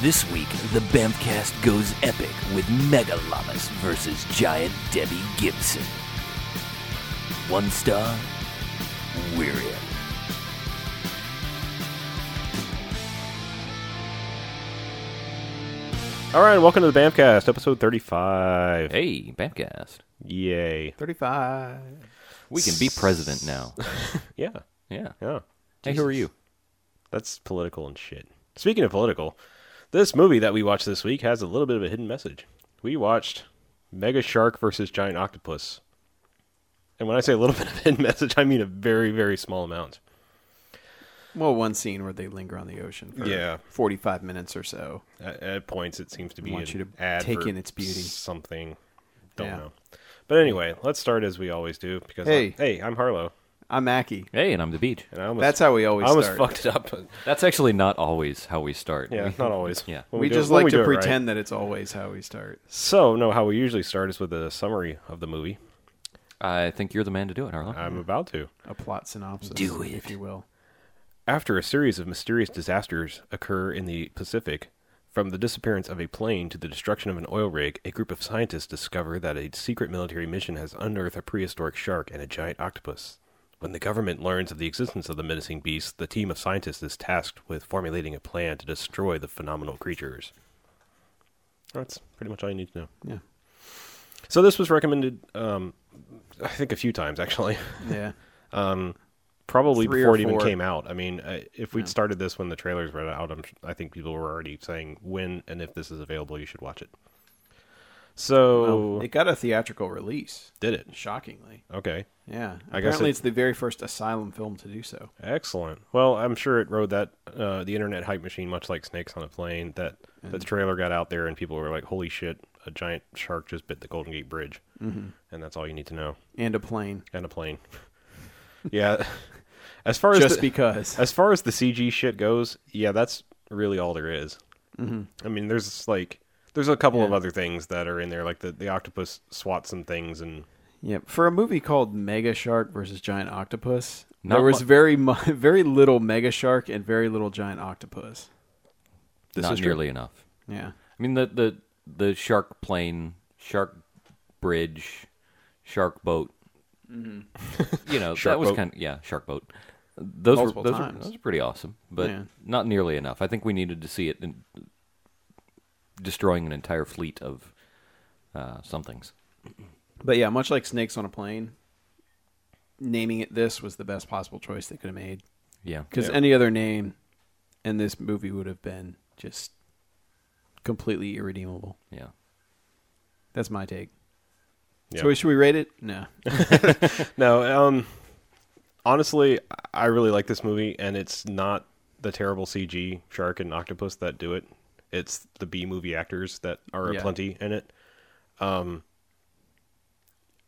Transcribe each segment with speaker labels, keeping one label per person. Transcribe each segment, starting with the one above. Speaker 1: This week, the Bamfcast goes epic with Mega Llamas versus Giant Debbie Gibson. One star, we're in.
Speaker 2: All right, welcome to the Bamcast, episode 35.
Speaker 3: Hey, Bamcast.
Speaker 2: Yay.
Speaker 4: 35.
Speaker 3: We can be president now.
Speaker 2: Yeah,
Speaker 3: Yeah.
Speaker 2: yeah.
Speaker 3: Hey, who are you?
Speaker 2: That's political and shit. Speaking of political, this movie that we watched this week has a little bit of a hidden message. We watched Mega Shark versus Giant Octopus. And when I say a little bit of hidden message, I mean a very, very small amount.
Speaker 4: Well, one scene where they linger on the ocean for
Speaker 2: Yeah.
Speaker 4: 45 minutes or so.
Speaker 2: At, at points, it seems to be
Speaker 4: Want
Speaker 2: an
Speaker 4: you to
Speaker 2: ad
Speaker 4: take
Speaker 2: for
Speaker 4: in its beauty.
Speaker 2: Something. Don't
Speaker 4: Yeah.
Speaker 2: know. But anyway, let's start as we always do. Because
Speaker 4: Hey.
Speaker 2: I'm, hey, I'm Harlow,
Speaker 4: I'm Mackie.
Speaker 3: Hey, and I'm the beach.
Speaker 2: and I almost
Speaker 4: That's how we always
Speaker 2: I almost
Speaker 4: start.
Speaker 2: fucked it up. but-
Speaker 3: That's actually not always how we start.
Speaker 2: Yeah,
Speaker 3: We-
Speaker 2: not always.
Speaker 3: Yeah.
Speaker 2: When
Speaker 4: we
Speaker 2: do
Speaker 4: just
Speaker 2: it- when
Speaker 4: like
Speaker 2: we do
Speaker 4: to
Speaker 2: it right.
Speaker 4: pretend that it's always how we start.
Speaker 2: So, no, how we usually start is with a summary of the movie.
Speaker 3: I think you're the man to do it, Harlan.
Speaker 2: I'm about to.
Speaker 4: A plot synopsis,
Speaker 1: Do
Speaker 4: if
Speaker 1: it.
Speaker 4: you will.
Speaker 2: After a series of mysterious disasters occur in the Pacific, from the disappearance of a plane to the destruction of an oil rig, a group of scientists discover that a secret military mission has unearthed a prehistoric shark and a giant octopus. When the government learns of the existence of the menacing beasts, the team of scientists is tasked with formulating a plan to destroy the phenomenal creatures. That's pretty much all you need to know.
Speaker 4: Yeah.
Speaker 2: So this was recommended, um, I think, a few times actually.
Speaker 4: Yeah.
Speaker 2: Probably
Speaker 4: Three
Speaker 2: before
Speaker 4: or
Speaker 2: it even
Speaker 4: four.
Speaker 2: came out. I mean, I- if we'd started this when the trailers were out, I'm, I think people were already saying when and if this is available, you should watch it. So Oh.
Speaker 4: Well, it got a theatrical release,
Speaker 2: did it?
Speaker 4: shockingly.
Speaker 2: Okay,
Speaker 4: Yeah.
Speaker 2: I guess
Speaker 4: Apparently,
Speaker 2: it-
Speaker 4: it's the very first Asylum film to do so.
Speaker 2: excellent. Well, I'm sure it rode that uh, the internet hype machine, much like snakes on a plane. That that trailer got out there, and people were like, "Holy shit! A giant shark just bit the Golden Gate Bridge," mm-hmm. and that's all you need to know.
Speaker 4: And a plane.
Speaker 2: And a plane. yeah. As far as
Speaker 4: Just
Speaker 2: the-
Speaker 4: because.
Speaker 2: As far as the CG shit goes, yeah, that's really all there is. I mean, there's like there's a couple of other things that are in there, like the the octopus swats some things, and
Speaker 4: Yeah, for a movie called Mega Shark versus Giant Octopus,
Speaker 3: Not
Speaker 4: there was
Speaker 3: mu-
Speaker 4: very mu- very little Mega Shark and very little Giant Octopus.
Speaker 3: not nearly enough.
Speaker 4: Yeah,
Speaker 3: I mean, the, the, the shark plane, shark bridge, shark boat. You know,
Speaker 2: Mm-hmm. Shark
Speaker 3: that was
Speaker 2: boat.
Speaker 3: kind of, yeah, shark boat. Those
Speaker 4: Multiple
Speaker 3: were those, were
Speaker 4: times.
Speaker 3: those were pretty awesome, but
Speaker 4: Yeah.
Speaker 3: not nearly enough. I think we needed to see it in, destroying an entire fleet of uh, somethings.
Speaker 4: but yeah, much like Snakes on a Plane, naming it this was the best possible choice they could have made
Speaker 3: Yeah.
Speaker 4: because any other name in this movie would have been just completely irredeemable.
Speaker 3: Yeah.
Speaker 4: That's my take.
Speaker 2: yeah.
Speaker 4: So should we rate it? No.
Speaker 2: no. Um, honestly, I really like this movie, and it's not the terrible CG shark and octopus that do it. It's the B movie actors that are
Speaker 4: Yeah.
Speaker 2: aplenty in it. Um,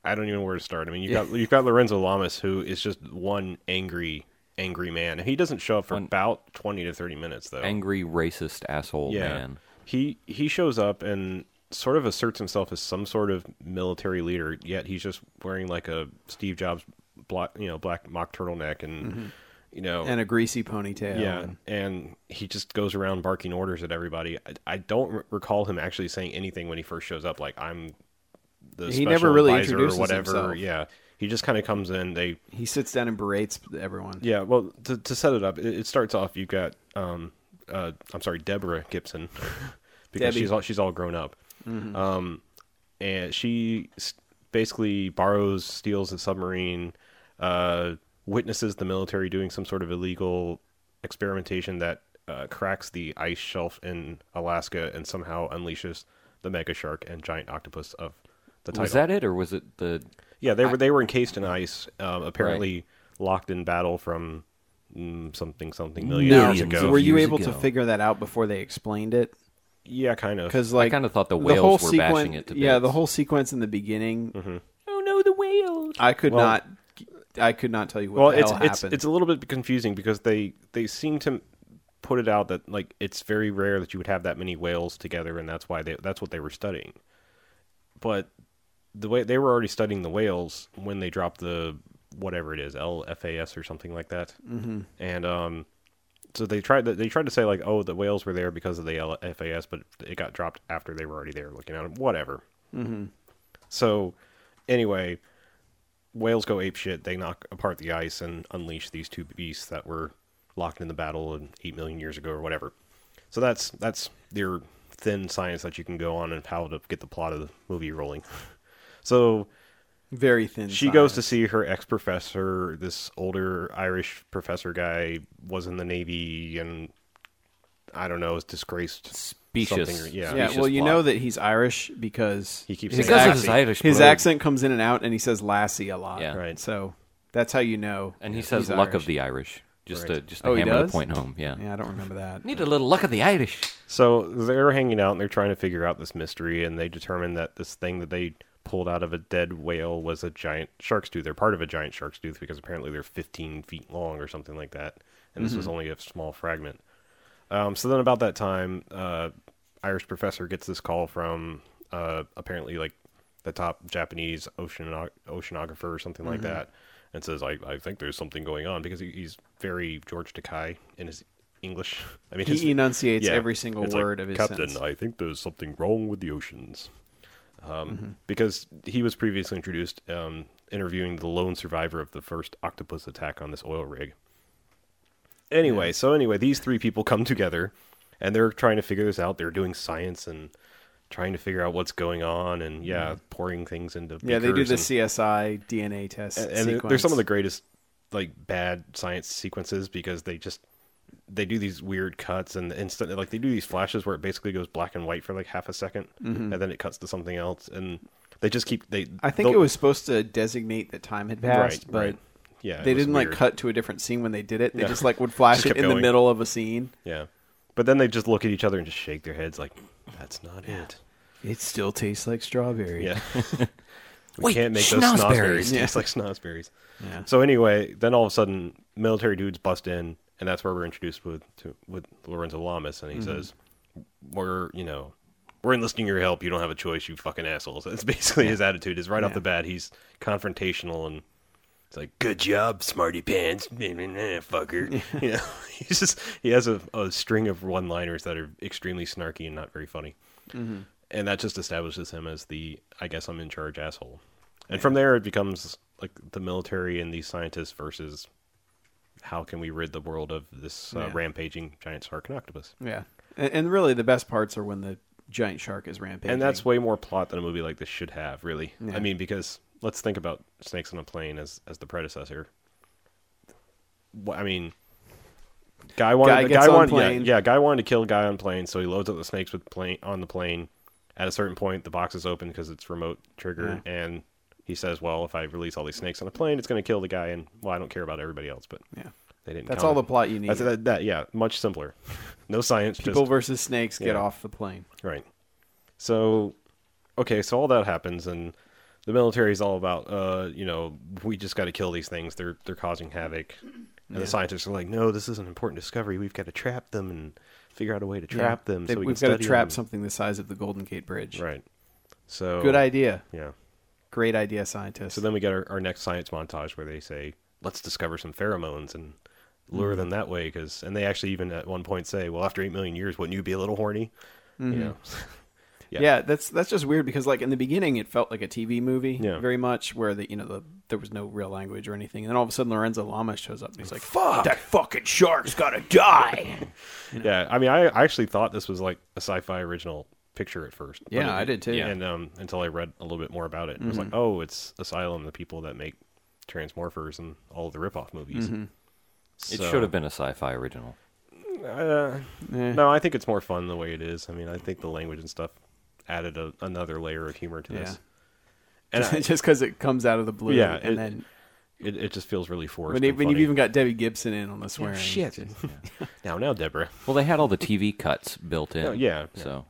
Speaker 2: I don't even know where to start. I mean, you have got you've got Lorenzo Lamas, who is just one angry, angry man. He doesn't show up for
Speaker 3: One-
Speaker 2: about twenty to thirty minutes though.
Speaker 3: angry racist asshole
Speaker 2: yeah,
Speaker 3: man.
Speaker 2: he he shows up and sort of asserts himself as some sort of military leader. Yet he's just wearing like a Steve Jobs black, you know, black mock turtleneck and you know,
Speaker 4: Mm-hmm. And a greasy ponytail.
Speaker 2: yeah,
Speaker 4: and-
Speaker 2: and he just goes around barking orders at everybody. I, I don't r recall him actually saying anything when he first shows up. Like I'm the
Speaker 4: He
Speaker 2: special
Speaker 4: never really
Speaker 2: advisor
Speaker 4: introduces
Speaker 2: or whatever.
Speaker 4: himself.
Speaker 2: Yeah, he just kind of comes in. They
Speaker 4: he sits down and berates everyone.
Speaker 2: yeah, well, to, to set it up, it, it starts off. You've got, um, uh, I'm sorry, Deborah Gibson, because
Speaker 4: Debbie.
Speaker 2: she's all she's all grown up, um, and she s- basically borrows, steals a submarine, uh, witnesses the military doing some sort of illegal experimentation that uh, cracks the ice shelf in Alaska and somehow unleashes the mega shark and giant octopus of the title.
Speaker 3: Was that it, or was it the?
Speaker 2: Yeah, they were they were encased in ice, um, apparently locked in battle from mm, something something million
Speaker 4: Now,
Speaker 2: years
Speaker 3: Millions
Speaker 2: ago.
Speaker 3: of
Speaker 4: were you
Speaker 3: years
Speaker 4: able to
Speaker 3: ago.
Speaker 4: figure that out before they explained it?
Speaker 2: Yeah, kind of.
Speaker 4: Because like
Speaker 3: I kind of thought the whales
Speaker 4: whole
Speaker 3: were
Speaker 4: sequen-
Speaker 3: bashing it to
Speaker 4: Yeah,
Speaker 3: bits.
Speaker 4: the whole sequence in the beginning.
Speaker 2: Mm-hmm.
Speaker 3: Oh no, the whales!
Speaker 4: I could not. I could not tell you what
Speaker 2: Well,
Speaker 4: the
Speaker 2: it's
Speaker 4: hell
Speaker 2: it's
Speaker 4: happened.
Speaker 2: it's a little bit confusing because they they seem to put it out that like it's very rare that you would have that many whales together, and that's why they that's what they were studying. But the way they were already studying the whales when they dropped the whatever it is LFAS or something like that, mm-hmm. and um, So they tried. To, they tried to say like, oh, the whales were there because of the L- FAS, but it got dropped after they were already there looking at them. Whatever. Mm-hmm. So, anyway, whales go ape shit. They knock apart the ice and unleash these two beasts that were locked in the battle in eight million years ago or whatever. So that's that's their thin science that you can go on and how to get the plot of the movie rolling. so
Speaker 4: Very thin.
Speaker 2: she
Speaker 4: science.
Speaker 2: goes to see her ex professor, this older Irish professor guy, was in the navy and I don't know, is disgraced.
Speaker 3: Specious.
Speaker 2: Something, yeah.
Speaker 4: Yeah,
Speaker 3: Specious
Speaker 4: well, you
Speaker 3: plot.
Speaker 4: know that he's Irish because
Speaker 2: He keeps
Speaker 4: his,
Speaker 2: saying
Speaker 4: accent,
Speaker 2: Because of his
Speaker 3: Irish
Speaker 4: his
Speaker 3: blood.
Speaker 4: accent comes in and out, and he says "lassie" a lot.
Speaker 3: Yeah.
Speaker 2: Right.
Speaker 4: So that's how you know.
Speaker 3: And he
Speaker 4: he's
Speaker 3: says luck
Speaker 4: Irish.
Speaker 3: of the Irish. Just to just to
Speaker 4: Oh, he
Speaker 3: hammer the
Speaker 4: does?
Speaker 3: point home. Yeah.
Speaker 4: Yeah, I don't remember that.
Speaker 3: Need a little luck of the Irish.
Speaker 2: So they're hanging out and they're trying to figure out this mystery, and they determine that this thing that they pulled out of a dead whale was a giant shark's tooth. They're part of a giant shark's tooth because apparently they're 15 feet long or something like that, and this was only a small fragment. Um, so then, about that time, uh, Irish professor gets this call from uh, apparently like the top Japanese oceano- oceanographer or something like that, and says, "I I think there's something going on because he, he's very George Takei in his English. I mean, his,
Speaker 4: He enunciates
Speaker 2: yeah.
Speaker 4: every single
Speaker 2: It's like,
Speaker 4: word of his
Speaker 2: Captain,
Speaker 4: sentence.
Speaker 2: I think there's something wrong with the oceans. Um,
Speaker 4: Mm-hmm.
Speaker 2: Because he was previously introduced um, interviewing the lone survivor of the first octopus attack on this oil rig. Anyway, so anyway, these three people come together and they're trying to figure this out. They're doing science and trying to figure out what's going on and, yeah, pouring things into.
Speaker 4: Mm-hmm. Yeah, they do
Speaker 2: beakers
Speaker 4: the
Speaker 2: and-
Speaker 4: CSI DNA test
Speaker 2: and,
Speaker 4: sequence.
Speaker 2: and they're some of the greatest like bad science sequences because they just they do these weird cuts and instant like they do these flashes where it basically goes black and white for like half a 2nd and then it cuts to something else and they just keep they
Speaker 4: Mm-hmm. I think
Speaker 2: they'll-
Speaker 4: it was supposed to designate that time had passed,
Speaker 2: right,
Speaker 4: but
Speaker 2: right. yeah it
Speaker 4: they
Speaker 2: was
Speaker 4: didn't like
Speaker 2: weird.
Speaker 4: cut to a different scene when they did it. They
Speaker 2: Yeah.
Speaker 4: just like would flash
Speaker 2: Just
Speaker 4: it
Speaker 2: kept
Speaker 4: in the
Speaker 2: going.
Speaker 4: middle of a scene.
Speaker 2: yeah but then they just look at each other and just shake their heads like that's not it
Speaker 4: It still tastes like strawberry.
Speaker 2: yeah we
Speaker 3: Wait,
Speaker 2: can't make those
Speaker 3: schnozberries.
Speaker 2: snozberries taste like snozberries
Speaker 4: Yeah.
Speaker 2: So anyway, then all of a sudden, military dudes bust in, and that's where we're introduced with to, with Lorenzo Lamas, and he says, "We're you know, we're enlisting your help. You don't have a choice, you fucking assholes." That's basically his attitude. Is right off the bat, he's confrontational and it's like, "Good job, smarty pants, Meh, meh, meh, fucker." you know, he's just he has a, a string of one liners that are extremely snarky and not very funny and that just establishes him as the I guess I'm in charge asshole. And from there, it becomes like the military and these scientists versus how can we rid the world of this uh,
Speaker 4: Yeah.
Speaker 2: rampaging giant shark and octopus.
Speaker 4: Yeah. And, and really, the best parts are when the giant shark is rampaging.
Speaker 2: And that's way more plot than a movie like this should have, really.
Speaker 4: Yeah.
Speaker 2: I mean, because let's think about Snakes on a Plane as as the predecessor. Wh- I mean, guy wanted
Speaker 4: Guy
Speaker 2: the
Speaker 4: gets
Speaker 2: guy
Speaker 4: on
Speaker 2: wanted yeah,
Speaker 4: plane.
Speaker 2: yeah, guy wanted to kill guy on plane, so he loads up the snakes with plane on the plane. At a certain point, the box is open because it's remote triggered, and he says, "Well, if I release all these snakes on a plane, it's going to kill the guy." And well, I don't care about everybody else, but
Speaker 4: yeah.
Speaker 2: they didn't.
Speaker 4: That's
Speaker 2: count
Speaker 4: all
Speaker 2: it.
Speaker 4: the plot you need.
Speaker 2: That's, that, that, yeah, much simpler. No science.
Speaker 4: People
Speaker 2: just,
Speaker 4: versus snakes get
Speaker 2: yeah.
Speaker 4: off the plane.
Speaker 2: Right. So, okay, so all that happens, and the military is all about, uh, you know, we just got to kill these things. They're they're causing havoc, and the scientists are like, no, this is an important discovery. We've got to trap them and figure out a way to trap
Speaker 4: Yeah.
Speaker 2: them.
Speaker 4: They-
Speaker 2: so we
Speaker 4: we've
Speaker 2: can
Speaker 4: got to
Speaker 2: study
Speaker 4: trap
Speaker 2: them.
Speaker 4: something the size of the Golden Gate Bridge.
Speaker 2: Right. So
Speaker 4: Good idea.
Speaker 2: Yeah.
Speaker 4: Great idea, scientist.
Speaker 2: So then we get our, our next science montage where they say, let's discover some pheromones and lure
Speaker 4: Mm-hmm.
Speaker 2: them that way, because and they actually even at one point say, well, after eight million years, wouldn't you be a little horny?
Speaker 4: Mm-hmm.
Speaker 2: You know.
Speaker 4: yeah. that's that's just weird because like in the beginning it felt like a TV movie
Speaker 2: Yeah.
Speaker 4: very much where the you know the there was no real language or anything and then all of a sudden Lorenzo Lama shows up and he's like fuck that fucking shark's gotta die
Speaker 2: Yeah, I mean, I I actually thought this was like a sci-fi original picture at first. but
Speaker 4: Yeah, Mm-hmm.
Speaker 2: it-
Speaker 4: I did too.
Speaker 2: And um, until I read a little bit more about it, it was like, oh, it's Asylum, the people that make Transmorphers and all the rip-off movies.
Speaker 4: Mm-hmm.
Speaker 3: It
Speaker 2: So-
Speaker 3: should have been a sci-fi original.
Speaker 2: Uh,
Speaker 4: Eh.
Speaker 2: No, I think it's more fun the way it is. I mean, I think the language and stuff added a, another layer of humor to this. And I,
Speaker 4: just because it comes out of the blue
Speaker 2: Yeah,
Speaker 4: and
Speaker 2: it-
Speaker 4: then
Speaker 2: it, it just feels really forced. and
Speaker 4: when, you- when you've
Speaker 2: funny.
Speaker 4: even got Debbie Gibson in on the swearing
Speaker 2: shit. now, now, Deborah.
Speaker 3: Well, they had all the TV cuts built in.
Speaker 2: Oh, yeah, yeah.
Speaker 3: So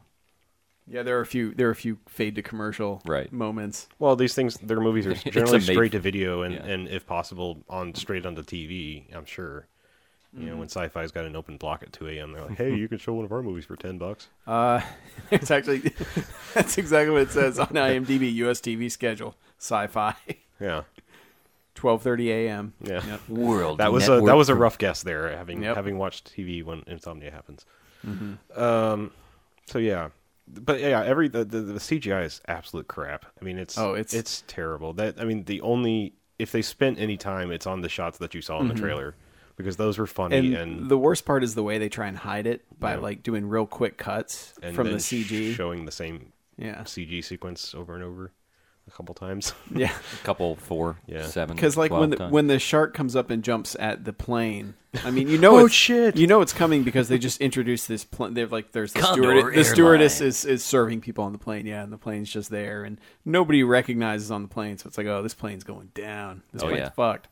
Speaker 4: yeah there are a few there are a few fade to commercial
Speaker 3: Right.
Speaker 4: moments
Speaker 2: Well, these things, their movies are
Speaker 3: It's
Speaker 2: generally
Speaker 3: a made-
Speaker 2: straight to video, and,
Speaker 3: yeah.
Speaker 2: and if possible, on straight onto TV. I'm sure. You
Speaker 4: Mm-hmm.
Speaker 2: know, when sci-fi's got an open block at 2 a.m., they're like, "Hey, you can show one of our movies for ten bucks."
Speaker 4: uh it's actually that's exactly what it says on IMDb US TV schedule sci-fi
Speaker 2: Yeah.
Speaker 4: twelve thirty a.m.
Speaker 2: Yeah.
Speaker 4: Yep.
Speaker 3: World.
Speaker 2: That was a that was a rough guess there, having
Speaker 4: Yep. Mm-hmm.
Speaker 2: having watched TV when insomnia happens. Um, so yeah, but yeah, every the, the the CGI is absolute crap. I mean, it's
Speaker 4: Oh, it's-
Speaker 2: it's terrible. That I mean, the only if they spent any time, it's on the shots that you saw in the trailer because those were funny
Speaker 4: Mm-hmm. And,
Speaker 2: and
Speaker 4: the worst part is the way they try and hide it by
Speaker 2: Yeah.
Speaker 4: like doing real quick cuts
Speaker 2: and
Speaker 4: from the
Speaker 2: then
Speaker 4: CG.
Speaker 2: showing the same
Speaker 4: yeah,
Speaker 2: CG sequence over and over a couple times.
Speaker 4: yeah.
Speaker 3: a couple four,
Speaker 2: Yeah.
Speaker 3: seven.
Speaker 4: Because like when
Speaker 3: 12
Speaker 4: the,
Speaker 3: times.
Speaker 4: when the shark comes up and jumps at the plane, I mean you know
Speaker 2: Oh,
Speaker 4: it's,
Speaker 2: shit.
Speaker 4: you know it's coming because they just introduced this plane. They're like there's the,
Speaker 1: Condor
Speaker 4: steward- the
Speaker 1: Airline.
Speaker 4: stewardess is, is serving people on the plane, yeah, and the plane's just there and nobody recognizes on the plane, so it's like oh this plane's going down, this
Speaker 3: Oh,
Speaker 4: plane's
Speaker 3: yeah.
Speaker 4: fucked.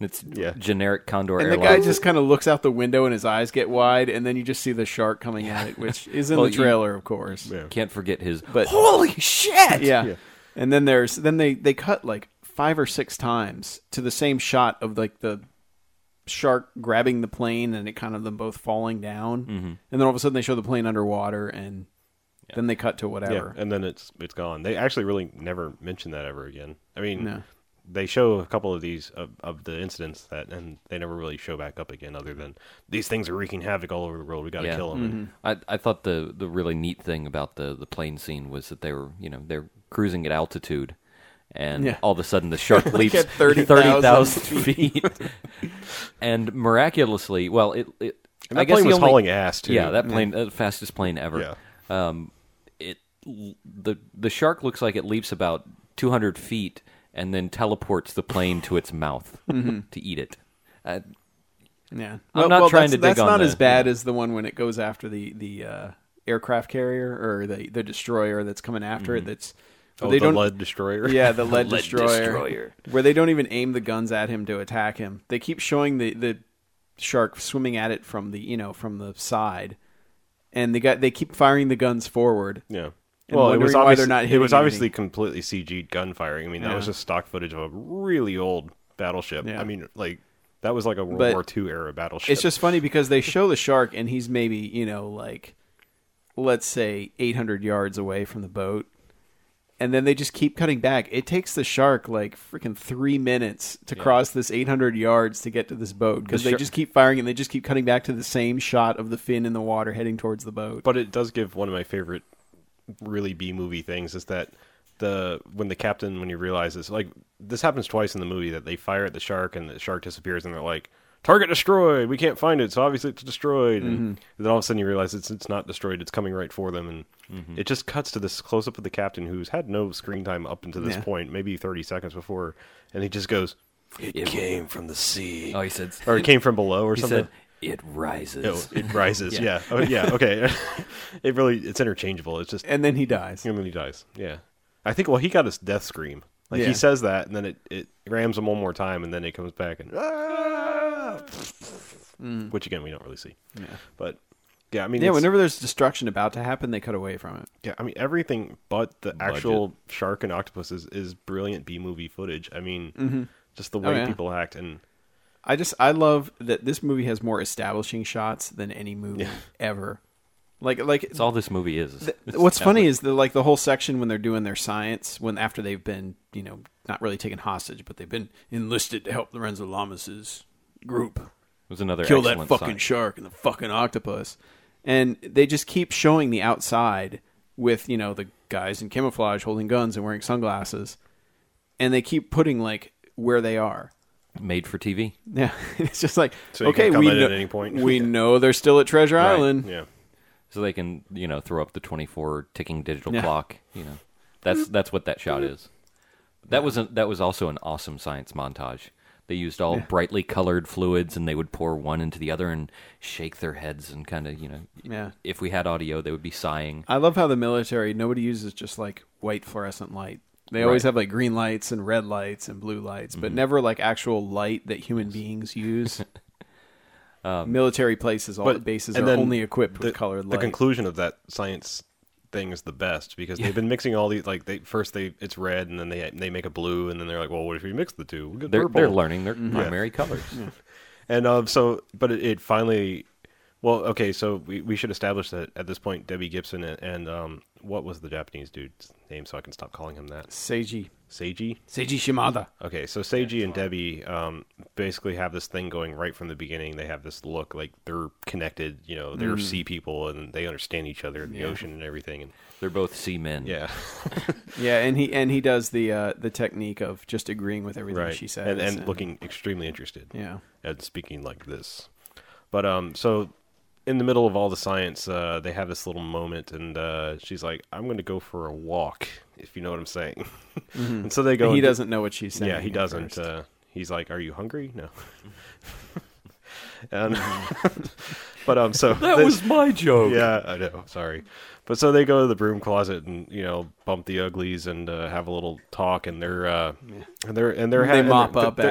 Speaker 3: it's
Speaker 2: Yeah.
Speaker 3: generic Condor
Speaker 4: And the
Speaker 3: Airlines.
Speaker 4: guy just kind of looks out the window and his eyes get wide, and then you just see the shark coming at it, which is in
Speaker 3: Well,
Speaker 4: the
Speaker 3: you-
Speaker 4: trailer, of course.
Speaker 2: Yeah.
Speaker 3: can't forget his.
Speaker 4: But
Speaker 1: Holy shit!
Speaker 4: yeah.
Speaker 2: Yeah.
Speaker 4: And then there's then they they cut like five or six times to the same shot of like the shark grabbing the plane and it kind of them both falling down.
Speaker 3: Mm-hmm.
Speaker 4: And then all of a sudden they show the plane underwater and then they cut to
Speaker 2: yeah,
Speaker 4: whatever.
Speaker 2: and then it's it's gone. They actually really never mention that ever again. I mean,
Speaker 4: No.
Speaker 2: they show a couple of these of, of the incidents that, and they never really show back up again. Other than these things are wreaking havoc all over the world. We got to
Speaker 3: Yeah. Mm-hmm.
Speaker 2: kill them.
Speaker 3: I, I thought the, the really neat thing about the, the plane scene was that they were you know they're cruising at altitude, and
Speaker 4: Yeah.
Speaker 3: all of a sudden the shark leaps
Speaker 4: at 30,000
Speaker 3: 30,000 feet, and miraculously, well it it
Speaker 2: And
Speaker 3: I
Speaker 2: that
Speaker 3: guess
Speaker 2: plane
Speaker 3: the
Speaker 2: was
Speaker 3: only-
Speaker 2: hauling ass too.
Speaker 3: Yeah, that plane, uh, fastest plane ever.
Speaker 2: Yeah.
Speaker 3: Um, it the the shark looks like it leaps about 200 feet and then teleports the plane to its mouth to eat it. Uh,
Speaker 4: Yeah. I'm
Speaker 3: not trying
Speaker 4: that's,
Speaker 3: to dig
Speaker 4: that's
Speaker 3: on
Speaker 4: not
Speaker 3: the-
Speaker 4: as bad as the one when it goes after the the uh, aircraft carrier or the the destroyer that's coming after
Speaker 3: Mm-hmm.
Speaker 4: it. That's
Speaker 2: Oh,
Speaker 4: they
Speaker 2: the
Speaker 4: don't
Speaker 2: lead destroyer.
Speaker 4: Yeah, the lead,
Speaker 1: lead
Speaker 4: destroyer,
Speaker 1: destroyer.
Speaker 4: Where they don't even aim the guns at him to attack him. They keep showing the, the shark swimming at it from the you know from the side, and the guy they keep firing the guns forward.
Speaker 2: Yeah.
Speaker 4: And wondering why they're not
Speaker 2: it was
Speaker 4: hitting
Speaker 2: obviously completely CG gunfiring. I mean, that was
Speaker 4: Yeah.
Speaker 2: just stock footage of a really old battleship.
Speaker 4: Yeah.
Speaker 2: I mean, like that was like a World
Speaker 4: But
Speaker 2: War II era battleship.
Speaker 4: It's just funny because they show the shark and he's maybe you know like, let's say eight hundred yards away from the boat, and then they just keep cutting back. It takes the shark like freaking three minutes to cross this eight hundred yards to get to this boat because
Speaker 3: The
Speaker 4: they
Speaker 3: shar-
Speaker 4: just keep firing and they just keep cutting back to the same shot of the fin in the water heading towards the boat.
Speaker 2: but it does give one of my favorite really B movie things is that the when the captain when he realizes like this happens twice in the movie that they fire at the shark and the shark disappears and they're like target destroyed we can't find it so obviously it's destroyed and
Speaker 3: Mm-hmm.
Speaker 2: then all of a sudden you realize it's it's not destroyed it's coming right for them and
Speaker 3: Mm-hmm.
Speaker 2: it just cuts to this close up of the captain who's had no screen time up until this
Speaker 4: Yeah.
Speaker 2: point maybe 30 seconds before and he just goes
Speaker 1: It, came from the sea.
Speaker 3: oh, he said,
Speaker 2: or it came from below or
Speaker 3: he
Speaker 2: something
Speaker 3: said,
Speaker 1: It rises.
Speaker 2: No, Oh, it rises yeah yeah, oh, yeah. okay it really it's interchangeable it's just
Speaker 4: and then he dies.
Speaker 2: And then he dies. Yeah. I think, well, he got his death scream. Like,
Speaker 4: Yeah.
Speaker 2: he says that, and then it, it rams him one more time, and then it comes back and. "Ah!" Which, again, we don't really see. Yeah. But, yeah, I mean,
Speaker 4: Mm. Yeah,
Speaker 2: it's-
Speaker 4: whenever there's destruction about to happen, they cut away from it.
Speaker 2: yeah, I mean, everything but the actual shark and octopus is, is brilliant B movie footage. I mean, just the way
Speaker 4: Mm-hmm. Oh, yeah.
Speaker 2: people act. And,
Speaker 4: I just I love that this movie has more establishing shots than any movie ever. Like like
Speaker 3: "That's all this movie is."
Speaker 4: th- what's funny is the like the whole section when they're doing their science when after they've been you know not really taken hostage but they've been enlisted to help Lorenzo Lamas's group
Speaker 3: It was another
Speaker 4: kill that
Speaker 3: excellent
Speaker 4: fucking
Speaker 3: sign.
Speaker 4: shark and the fucking octopus. And they just keep showing the outside with, you know, the guys in camouflage holding guns and wearing sunglasses. And they keep putting like where they are.
Speaker 3: made for TV.
Speaker 4: Yeah. It's just like
Speaker 2: So you can
Speaker 4: okay,
Speaker 2: come
Speaker 4: we
Speaker 2: in
Speaker 4: know,
Speaker 2: at any point.
Speaker 4: we know they're still at Treasure
Speaker 3: Right.
Speaker 4: Island.
Speaker 2: yeah.
Speaker 3: so they can you know throw up the 24 ticking digital
Speaker 4: Yeah.
Speaker 3: clock you know that's that's what that shot is that was a, that was also an awesome science montage they used all brightly colored fluids and they would pour one into the other and shake their heads and kind of you know
Speaker 4: Yeah.
Speaker 3: if we had audio they would be sighing
Speaker 4: I love how the military nobody uses just like white fluorescent light. They always
Speaker 3: Right.
Speaker 4: have like green lights and red lights and blue lights,
Speaker 2: Mm-hmm.
Speaker 4: but never like actual light that human beings use. military places, all
Speaker 2: Um, but-
Speaker 4: the bases
Speaker 2: and
Speaker 4: are
Speaker 2: then
Speaker 4: only equipped
Speaker 2: the,
Speaker 4: with colored
Speaker 2: the
Speaker 4: light.
Speaker 2: conclusion of that science thing is the best because they've been mixing all these like they first they it's red and then they they make a blue and then they're like well what if we mix the two we'll get
Speaker 3: they're,
Speaker 2: purple Mm-hmm.
Speaker 3: they're learning their primary colors
Speaker 2: and um so but it, it finally well okay so we, we should establish that at this point Debbie Gibson and, and um what was the Japanese dude's name so I can stop calling him that
Speaker 4: Seiji.
Speaker 2: Seiji.
Speaker 4: Seiji Shimada.
Speaker 2: Okay, so Seiji and Debbie um, basically have this thing going right from the beginning. They have this look like they're connected. You know,
Speaker 4: Mm.
Speaker 2: they're sea people and they understand each other in the ocean and everything. And
Speaker 3: They're both seamen.
Speaker 2: yeah,
Speaker 4: Yeah, and he and he does the uh, the technique of just agreeing with everything
Speaker 2: right.
Speaker 4: she says
Speaker 2: and, and looking extremely interested.
Speaker 4: Yeah.
Speaker 2: and speaking like this. But um, so in the middle of all the science, uh, they have this little moment, and uh, she's like, "I'm going to go for a walk," if you know what I'm saying. and so they go.
Speaker 4: And Mm-hmm. he
Speaker 2: and do-
Speaker 4: doesn't know what she's saying.
Speaker 2: Yeah, he
Speaker 4: at
Speaker 2: doesn't.
Speaker 4: first.
Speaker 2: Uh, he's like, "Are you hungry?" No. and but um, so
Speaker 3: That
Speaker 2: they-
Speaker 3: was my joke.
Speaker 2: yeah, I know. Sorry, but so they go to the broom closet and you know bump the uglies and uh, have a little talk, and they're uh, and they're and they're
Speaker 4: they
Speaker 2: ha-
Speaker 4: mop
Speaker 2: they're-
Speaker 4: up
Speaker 2: they're-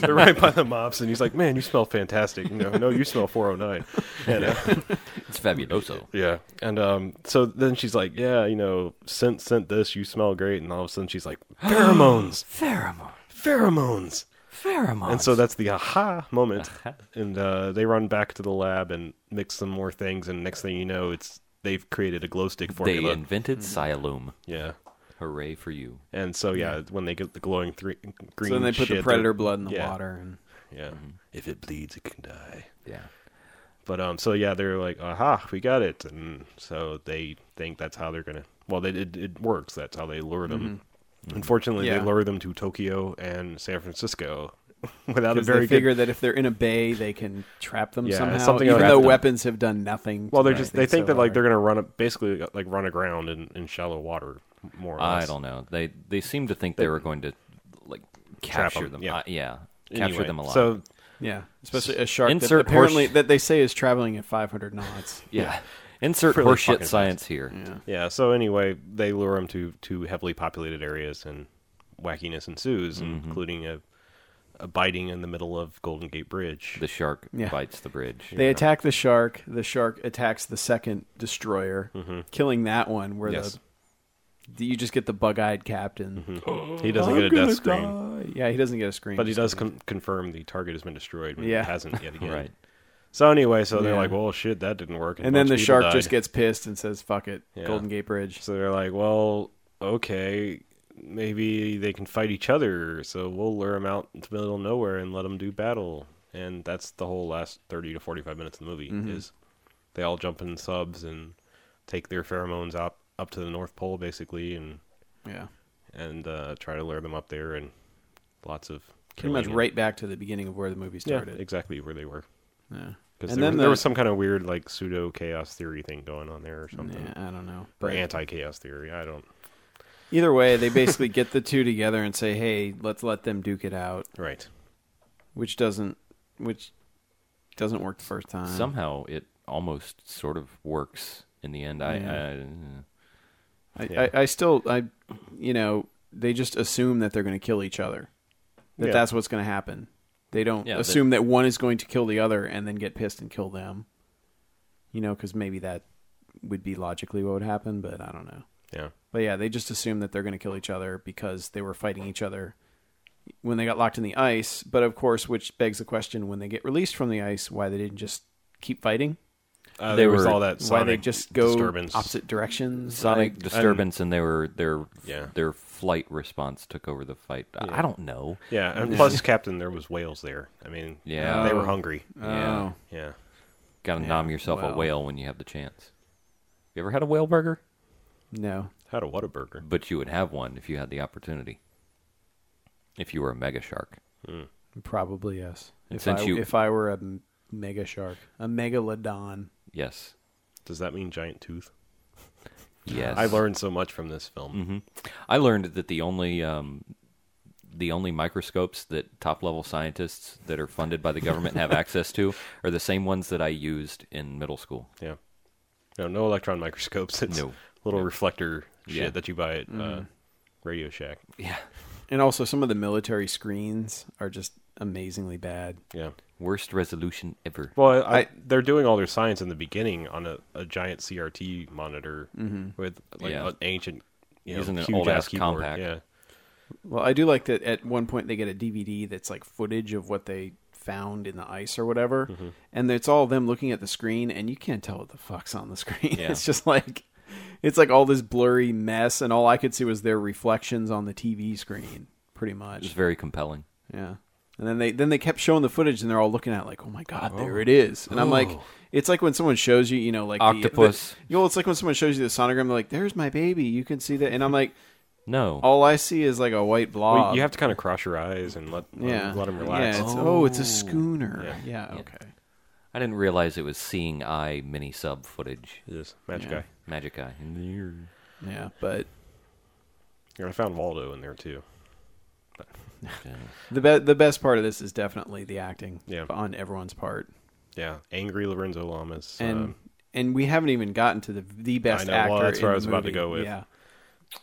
Speaker 2: They're right by the mops, and he's like, "Man, you smell fantastic." You know, no, you smell 409. And, uh,
Speaker 3: It's fabuloso.
Speaker 2: yeah, and um, so then she's like, "Yeah, you know, scent scent this. You smell great." And all of a sudden, she's like, "Pheromones,
Speaker 3: Pheromone.
Speaker 2: pheromones."
Speaker 3: Pheromone.
Speaker 2: And so that's the aha moment. And uh, they run back to the lab and mix some more things. And next thing you know, it's they've created a glow stick
Speaker 3: they
Speaker 2: formula.
Speaker 3: invented
Speaker 2: Mm-hmm.
Speaker 3: Siloam.
Speaker 2: Yeah.
Speaker 3: Hooray for you.
Speaker 2: And so yeah, when they get the glowing three, green,
Speaker 4: So then they put
Speaker 2: shit,
Speaker 4: the predator
Speaker 2: they're-
Speaker 4: blood in the
Speaker 2: yeah,
Speaker 4: water and
Speaker 2: Yeah. Mm-hmm. If it bleeds, it can die.
Speaker 3: Yeah.
Speaker 2: But um, so yeah, they're like, aha, we got it. And so they think that's how they're gonna. Well, they, it it works. That's how they lure them. Unfortunately,
Speaker 4: Mm-hmm. Yeah.
Speaker 2: they lure them to Tokyo and San Francisco without a
Speaker 4: 'cause
Speaker 2: very
Speaker 4: they
Speaker 2: good
Speaker 4: figure that if they're in a bay, they can trap them
Speaker 2: Yeah,
Speaker 4: somehow.
Speaker 2: something
Speaker 4: even
Speaker 2: like
Speaker 4: though
Speaker 2: that.
Speaker 4: weapons have done nothing.
Speaker 2: Well,
Speaker 4: to
Speaker 2: they're
Speaker 4: make
Speaker 2: just they
Speaker 4: things
Speaker 2: think
Speaker 4: so
Speaker 2: that like
Speaker 4: hard.
Speaker 2: they're gonna run up basically uh, like run aground in, in shallow water more or less.
Speaker 3: I don't know. They they seem to think they, were going to like
Speaker 2: Trap 'em,
Speaker 3: capture them.
Speaker 2: yeah.
Speaker 3: Uh, yeah. Capture
Speaker 2: Anyway,
Speaker 3: them alive.
Speaker 2: So
Speaker 4: yeah, especially a shark that
Speaker 3: Insert
Speaker 4: apparently
Speaker 3: horse-
Speaker 4: that they say is traveling at 500 knots.
Speaker 3: yeah. Insert
Speaker 2: Really fucking
Speaker 3: horseshit
Speaker 2: fast.
Speaker 3: science here.
Speaker 2: yeah, so anyway, they lure them to to heavily populated areas and wackiness ensues,
Speaker 4: Mm-hmm.
Speaker 2: including a a biting in the middle of Golden Gate Bridge.
Speaker 3: The shark
Speaker 4: Yeah.
Speaker 3: bites the bridge.
Speaker 4: They attack the shark. The shark attacks the second destroyer, killing that one. Where
Speaker 2: Mm-hmm. Yes.
Speaker 4: the you just get the bug-eyed captain.
Speaker 2: he doesn't get a death screen,
Speaker 4: Uh, yeah, he doesn't get a screen.
Speaker 2: Mm-hmm. but he does con- confirm the target has been destroyed. When
Speaker 4: Yeah.
Speaker 2: it hasn't yet again.
Speaker 3: Right.
Speaker 2: So anyway, so they're
Speaker 4: Yeah.
Speaker 2: like, "Well, shit, that didn't work."
Speaker 4: and then
Speaker 2: a bunch
Speaker 4: the
Speaker 2: of people
Speaker 4: shark
Speaker 2: died.
Speaker 4: just gets pissed and says, "Fuck it,
Speaker 2: Yeah.
Speaker 4: Golden Gate Bridge."
Speaker 2: So they're like, well, okay, maybe they can fight each other. So we'll lure them out into the middle of nowhere and let them do battle. And that's the whole last 30 to 45 minutes of the movie
Speaker 4: Mm-hmm.
Speaker 2: is they all jump in subs and take their pheromones up, up to the North Pole, basically, and,
Speaker 4: Yeah,
Speaker 2: and uh, try to lure them up there and lots of
Speaker 4: pretty
Speaker 2: killing
Speaker 4: much
Speaker 2: and-
Speaker 4: right back to the beginning of where the movie
Speaker 2: Yeah,
Speaker 4: started.
Speaker 2: exactly where they were.
Speaker 4: Yeah,
Speaker 2: Because
Speaker 4: And
Speaker 2: there,
Speaker 4: then
Speaker 2: was- there
Speaker 4: the-
Speaker 2: was some kind of weird, like, pseudo chaos theory thing going on there or something.
Speaker 4: yeah I don't know.
Speaker 2: Or
Speaker 4: But
Speaker 2: anti chaos theory. I don't.
Speaker 4: either way, they basically get the two together and say, "Hey, let's let them duke it out,"
Speaker 2: Right.
Speaker 4: which doesn't, which doesn't work the first
Speaker 2: uh,
Speaker 4: time.
Speaker 3: Somehow it almost sort of works in the end. I,
Speaker 4: Yeah.
Speaker 3: I
Speaker 4: I,
Speaker 2: Yeah.
Speaker 4: I, I still, I, you know, they just assume that they're going to kill each other. That
Speaker 2: Yeah.
Speaker 4: that's what's going to happen. They don't
Speaker 3: Yeah,
Speaker 4: assume that one is going to kill the other and then get pissed and kill them. You know, because maybe that would be logically what would happen, but I don't know.
Speaker 2: Yeah.
Speaker 4: But yeah, they just assume that they're going to kill each other because they were fighting each other when they got locked in the ice. But of course, which begs the question: when they get released from the ice, why they didn't just keep fighting?
Speaker 2: Uh,
Speaker 3: They
Speaker 2: there was
Speaker 3: were-
Speaker 2: all that
Speaker 4: why
Speaker 2: sonic
Speaker 4: they just go
Speaker 2: disturbance.
Speaker 4: opposite directions?
Speaker 3: sonic
Speaker 4: Like,
Speaker 3: disturbance and their their
Speaker 2: Yeah.
Speaker 3: their flight response took over the fight. I- I don't know.
Speaker 2: Yeah, and plus Captain, there was whales there. I mean, uh,
Speaker 3: Yeah.
Speaker 2: they were hungry.
Speaker 3: Yeah.
Speaker 4: Oh.
Speaker 2: Yeah,
Speaker 3: Got to nom yourself
Speaker 4: well.
Speaker 3: a whale when you have the chance. You ever had a whale burger?
Speaker 4: No.
Speaker 2: had a Whataburger.
Speaker 3: But you would have one if you had the opportunity. If you were a mega shark.
Speaker 4: Probably yes.
Speaker 3: And
Speaker 4: If
Speaker 3: since
Speaker 4: I,
Speaker 3: you-
Speaker 4: if I were a m- mega shark, a megalodon.
Speaker 3: Yes.
Speaker 2: Does that mean giant tooth?
Speaker 3: Yes. Mm.
Speaker 2: I learned so much from this film.
Speaker 3: mm-hmm. I learned that the only um, the only microscopes that top level scientists that are funded by the government have access to are the same ones that I used in middle school.
Speaker 2: Yeah, no, no electron microscopes. It's
Speaker 3: No.
Speaker 2: little reflector
Speaker 3: Yeah.
Speaker 2: shit that you buy at uh,
Speaker 4: Mm-hmm.
Speaker 2: Radio Shack.
Speaker 3: Yeah.
Speaker 4: And also, some of the military screens are just amazingly bad.
Speaker 2: Yeah.
Speaker 3: Worst resolution ever.
Speaker 2: Well, I,
Speaker 4: I-
Speaker 2: they're doing all their science in the beginning on a, a giant CRT monitor
Speaker 4: Mm-hmm.
Speaker 2: with like
Speaker 3: Yeah.
Speaker 2: an ancient, you know,
Speaker 3: Using an
Speaker 2: huge
Speaker 3: old-ass
Speaker 2: ass keyboard.
Speaker 3: compact.
Speaker 2: Yeah,
Speaker 4: Well, I do like that at one point they get a DVD that's like footage of what they found in the ice or whatever. And it's all them looking at the screen, and you can't tell what the fuck's on the screen.
Speaker 3: Yeah.
Speaker 4: It's just like it's like all this blurry mess, and all I could see was their reflections on the TV screen, pretty
Speaker 3: It's
Speaker 4: much.
Speaker 3: very compelling.
Speaker 4: Yeah. And then they then they kept showing the footage, and they're all looking at it like, "Oh my god, there it is!" And I'm like, "It's like when someone shows you, you know, like the- the-
Speaker 3: Octopus.
Speaker 4: you know, it's like when someone shows you the sonogram. They're like, "There's my baby. You can see that." And I'm like,
Speaker 3: No.
Speaker 2: Oh.
Speaker 4: "All I see is like a white
Speaker 3: Uh,
Speaker 4: blob."
Speaker 2: Well, you have to kind of cross your eyes and let let,
Speaker 4: yeah,
Speaker 2: them relax.
Speaker 4: Yeah, it's, oh. it's a schooner. Yeah, okay.
Speaker 3: I didn't realize it was seeing eye mini sub footage.
Speaker 2: Yes, Magic
Speaker 4: Yeah.
Speaker 2: Eye.
Speaker 3: Magic eye.
Speaker 4: Yeah, but
Speaker 2: Yeah, I found Waldo in there too.
Speaker 4: the be- the best part of this is definitely the acting
Speaker 2: Yeah.
Speaker 4: on everyone's part,
Speaker 2: Yeah, angry Lorenzo Lamas.
Speaker 4: and
Speaker 2: um,
Speaker 4: and we haven't even gotten to the the best
Speaker 2: know,
Speaker 4: actor.
Speaker 2: well, that's
Speaker 4: in
Speaker 2: where I
Speaker 4: the
Speaker 2: was about to
Speaker 4: movie.
Speaker 2: go with.
Speaker 4: Yeah,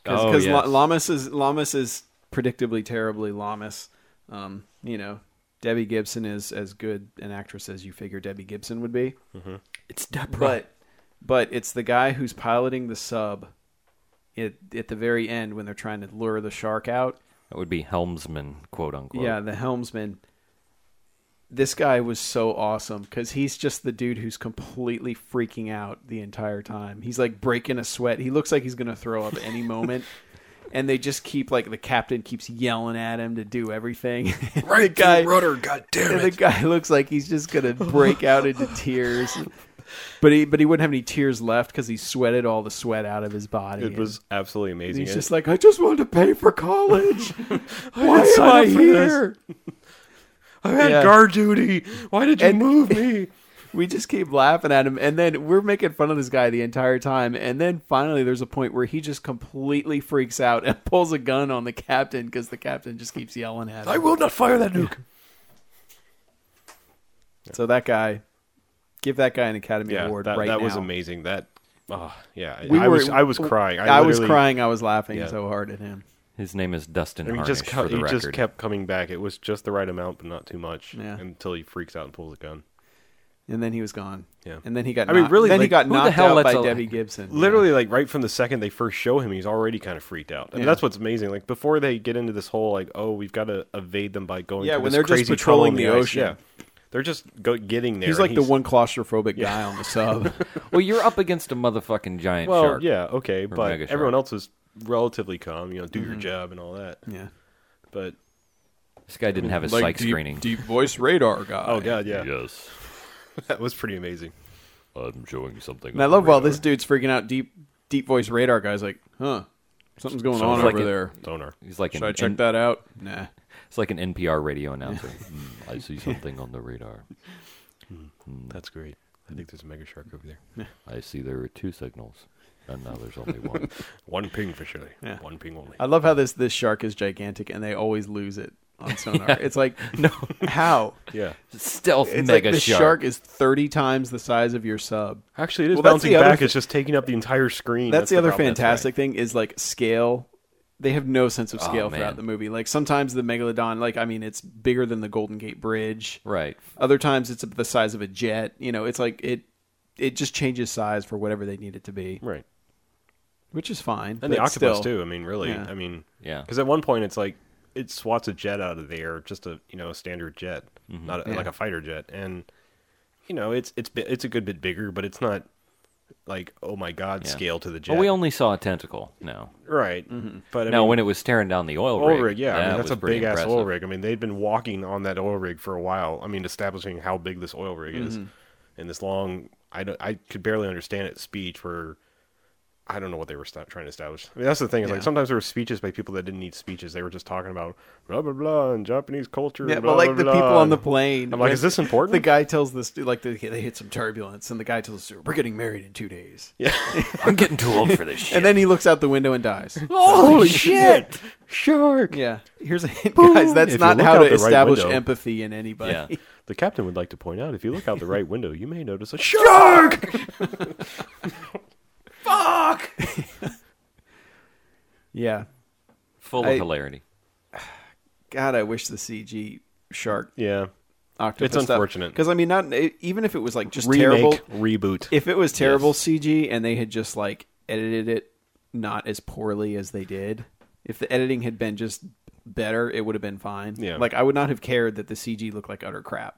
Speaker 3: Oh,
Speaker 4: because
Speaker 3: yes.
Speaker 4: Lamas is Lamas is predictably terribly Lamas. Um, you know, Debbie Gibson is as good an actress as you figure Debbie Gibson would be.
Speaker 2: Mm-hmm.
Speaker 3: It's Deborah.
Speaker 4: but but it's the guy who's piloting the sub at, at the very end when they're trying to lure the shark out
Speaker 3: that would be helmsman, quote unquote.
Speaker 4: yeah the helmsman this guy was so awesome because he's just the dude who's completely freaking out the entire time he's like breaking a sweat he looks like he's gonna throw up any moment and they just keep like the captain keeps yelling at him to do everything right the guy
Speaker 2: rudder, goddamn
Speaker 4: and the guy looks like he's just gonna break out into tears. But he but he wouldn't have any tears left because he sweated all the sweat out of his body.
Speaker 2: It was absolutely
Speaker 4: And
Speaker 2: amazing.
Speaker 4: he's
Speaker 2: It-
Speaker 4: just like, I just wanted to pay for college. Why am
Speaker 2: sign
Speaker 4: I
Speaker 2: up for this."
Speaker 4: here?
Speaker 2: I had
Speaker 4: yeah.
Speaker 2: guard duty. Why did you move me?
Speaker 4: We just keep laughing at him, and then we're making fun of this guy the entire time. And then finally, there's a point where he just completely freaks out and pulls a gun on the captain because the captain just keeps yelling at him.
Speaker 2: will not fire that nuke.
Speaker 4: So that guy, give that guy an Academy
Speaker 2: Yeah,
Speaker 4: Award
Speaker 2: that,
Speaker 4: right
Speaker 2: that was
Speaker 4: now.
Speaker 2: amazing. That, oh, yeah,
Speaker 4: We
Speaker 2: I
Speaker 4: were-
Speaker 2: was I was crying. I,
Speaker 4: I, was
Speaker 2: literally-
Speaker 4: crying. I was laughing
Speaker 2: Yeah.
Speaker 4: so hard at him.
Speaker 3: His name is Dustin
Speaker 2: I mean, he
Speaker 3: Harnish,
Speaker 2: just co-
Speaker 3: for the
Speaker 2: he
Speaker 3: record.
Speaker 2: just kept coming back. It was just the right amount, but not too much.
Speaker 4: Yeah.
Speaker 2: Until he freaks out and pulls a gun.
Speaker 4: and then he was gone.
Speaker 2: Yeah.
Speaker 4: and then he got.
Speaker 2: I mean,
Speaker 4: knocked-
Speaker 2: really,
Speaker 4: then he
Speaker 2: like,
Speaker 4: got
Speaker 3: who the
Speaker 4: knocked
Speaker 3: hell
Speaker 4: out
Speaker 3: lets
Speaker 4: by
Speaker 3: a-
Speaker 4: Debbie Gibson. Yeah.
Speaker 2: Literally, like right from the second they first show him, he's already kind of freaked out. I mean,
Speaker 4: Yeah.
Speaker 2: that's what's amazing. Like before they get into this whole like, oh, we've got to evade them by going.
Speaker 4: Yeah,
Speaker 2: through
Speaker 4: when
Speaker 2: this
Speaker 4: they're just
Speaker 2: crazy tunnel
Speaker 4: patrolling
Speaker 2: in
Speaker 4: the
Speaker 2: ice.
Speaker 4: ocean.
Speaker 2: Yeah, they're just go- getting there.
Speaker 4: he's
Speaker 2: and
Speaker 4: like the one claustrophobic guy on the sub.
Speaker 3: well, you're up against a motherfucking giant
Speaker 2: Well,
Speaker 3: shark.
Speaker 2: yeah, okay, but
Speaker 3: mega shark.
Speaker 2: everyone else is relatively calm. You know, do
Speaker 4: Mm-hmm.
Speaker 2: your job and all that.
Speaker 4: yeah,
Speaker 2: But
Speaker 3: This guy didn't have a psych screening.
Speaker 4: deep voice radar guy.
Speaker 2: oh god, yeah,
Speaker 5: Yes,
Speaker 2: that was pretty amazing.
Speaker 5: I'm showing you something.
Speaker 4: and I love while this dude's freaking out. Deep deep voice radar guy's like, huh, something's going on
Speaker 3: Sounds like
Speaker 4: over
Speaker 3: it-
Speaker 4: there.
Speaker 2: Sonar.
Speaker 3: He's like
Speaker 4: Should
Speaker 3: an
Speaker 4: I check
Speaker 3: N-
Speaker 4: that out? Nah.
Speaker 3: It's like an NPR radio announcer.
Speaker 5: Mm, I see something on the radar.
Speaker 2: That's great. I think there's a mega shark over there.
Speaker 5: I see there are two signals, and now there's only one.
Speaker 2: One ping for sure.
Speaker 4: Yeah. Uh,
Speaker 2: One ping only.
Speaker 4: I love how this this shark is gigantic, and they always lose it on sonar. It's like no, how?
Speaker 2: yeah.
Speaker 3: Stealth
Speaker 4: It's
Speaker 3: mega
Speaker 4: like the
Speaker 3: shark.
Speaker 4: shark is thirty times the size of your sub.
Speaker 2: Actually, it is
Speaker 4: Well, that's
Speaker 2: bouncing
Speaker 4: the other
Speaker 2: back.
Speaker 4: thi-
Speaker 2: It's just taking up the entire screen.
Speaker 4: that's, the, other
Speaker 2: problem. right.
Speaker 4: fantastic thing is like scale. They have no sense of
Speaker 3: Oh,
Speaker 4: scale
Speaker 3: man.
Speaker 4: throughout the movie. Like sometimes the megalodon, like I mean, it's bigger than the Golden Gate Bridge.
Speaker 3: Right.
Speaker 4: Other times it's the size of a jet. You know, it's like it it just changes size for whatever they need it to be,
Speaker 2: Right.
Speaker 4: which is fine.
Speaker 2: And the
Speaker 4: but
Speaker 2: octopus
Speaker 4: still.
Speaker 2: too. I mean, really.
Speaker 4: Yeah.
Speaker 2: I mean,
Speaker 3: Yeah.
Speaker 2: Because at one point, it's like it swats a jet out of the air, just a you know a standard jet,
Speaker 3: Mm-hmm.
Speaker 2: not a,
Speaker 4: Yeah.
Speaker 2: like a fighter jet, and you know it's it's bi- it's a good bit bigger, but it's not like oh my god
Speaker 3: Yeah.
Speaker 2: scale to the jet.
Speaker 3: Well, we only saw a tentacle. No.
Speaker 2: right,
Speaker 4: Mm-hmm.
Speaker 2: but I
Speaker 3: no,
Speaker 2: mean,
Speaker 3: when it was staring down the oil,
Speaker 2: oil
Speaker 3: rig.
Speaker 2: rig, yeah, I
Speaker 3: that
Speaker 2: mean, that's
Speaker 3: was
Speaker 2: a
Speaker 3: pretty
Speaker 2: big ass
Speaker 3: impressive.
Speaker 2: oil rig. I mean, they'd been walking on that oil rig for a while. I mean, establishing how big this oil rig is,
Speaker 4: Mm-hmm.
Speaker 2: and this long I don't I could barely understand it speech where. I don't know what they were sta- trying to establish. I mean, that's the thing. Is
Speaker 4: Yeah.
Speaker 2: like sometimes there were speeches by people that didn't need speeches. They were just talking about blah blah blah and Japanese culture.
Speaker 4: Yeah,
Speaker 2: blah,
Speaker 4: but like
Speaker 2: blah,
Speaker 4: the
Speaker 2: blah,
Speaker 4: people on
Speaker 2: and-
Speaker 4: the plane.
Speaker 2: I'm like,
Speaker 4: when
Speaker 2: is this important?
Speaker 4: The guy tells this dude, like they, they hit some turbulence, and the guy tells us we're getting married in two days,
Speaker 3: I'm getting too old for this shit.
Speaker 4: and then he looks out the window and dies.
Speaker 2: Holy shit! Shark.
Speaker 4: Yeah. Here's a hint, guys. That's
Speaker 2: If you
Speaker 4: not
Speaker 2: look
Speaker 4: how
Speaker 2: out
Speaker 4: to
Speaker 2: the right
Speaker 4: establish
Speaker 2: window.
Speaker 4: empathy in anybody.
Speaker 3: Yeah.
Speaker 2: The captain would like to point out if you look out the right window, you may notice a shark.
Speaker 4: Yeah.
Speaker 3: Full
Speaker 4: I-
Speaker 3: of hilarity.
Speaker 4: God, I wish the CG shark
Speaker 2: yeah.
Speaker 4: octopus.
Speaker 2: It's unfortunate.
Speaker 4: because I mean, not it- even if it was like just terrible.
Speaker 2: Remake reboot.
Speaker 4: If it was terrible CG and they had just like edited it not as poorly as they did, if the editing had been just better, it would have been fine.
Speaker 2: Yeah.
Speaker 4: Like I would not have cared that the CG looked like utter crap.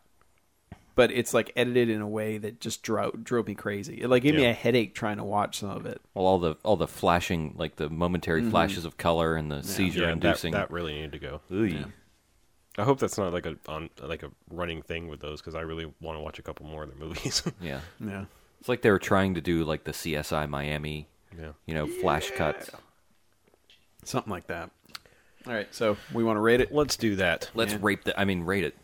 Speaker 4: but it's like edited in a way that just drove drove me crazy. It like gave me
Speaker 2: Yeah.
Speaker 4: a headache trying to watch some of it.
Speaker 3: Well, all the all the flashing, like the momentary flashes of color and the
Speaker 2: Mm-hmm. Yeah, that,
Speaker 3: seizure-inducing.
Speaker 2: that really needed to go. I hope that's not like a on like a running thing with those because I really want to watch a couple more of their movies.
Speaker 3: yeah,
Speaker 4: Yeah.
Speaker 3: it's like they were trying to do like the CSI Miami,
Speaker 2: yeah,
Speaker 3: you know, flash cuts.
Speaker 4: Something like that. All right, so we want to rate it.
Speaker 2: let's do that.
Speaker 3: Let's
Speaker 4: Yeah.
Speaker 3: rape the. I mean, rate it.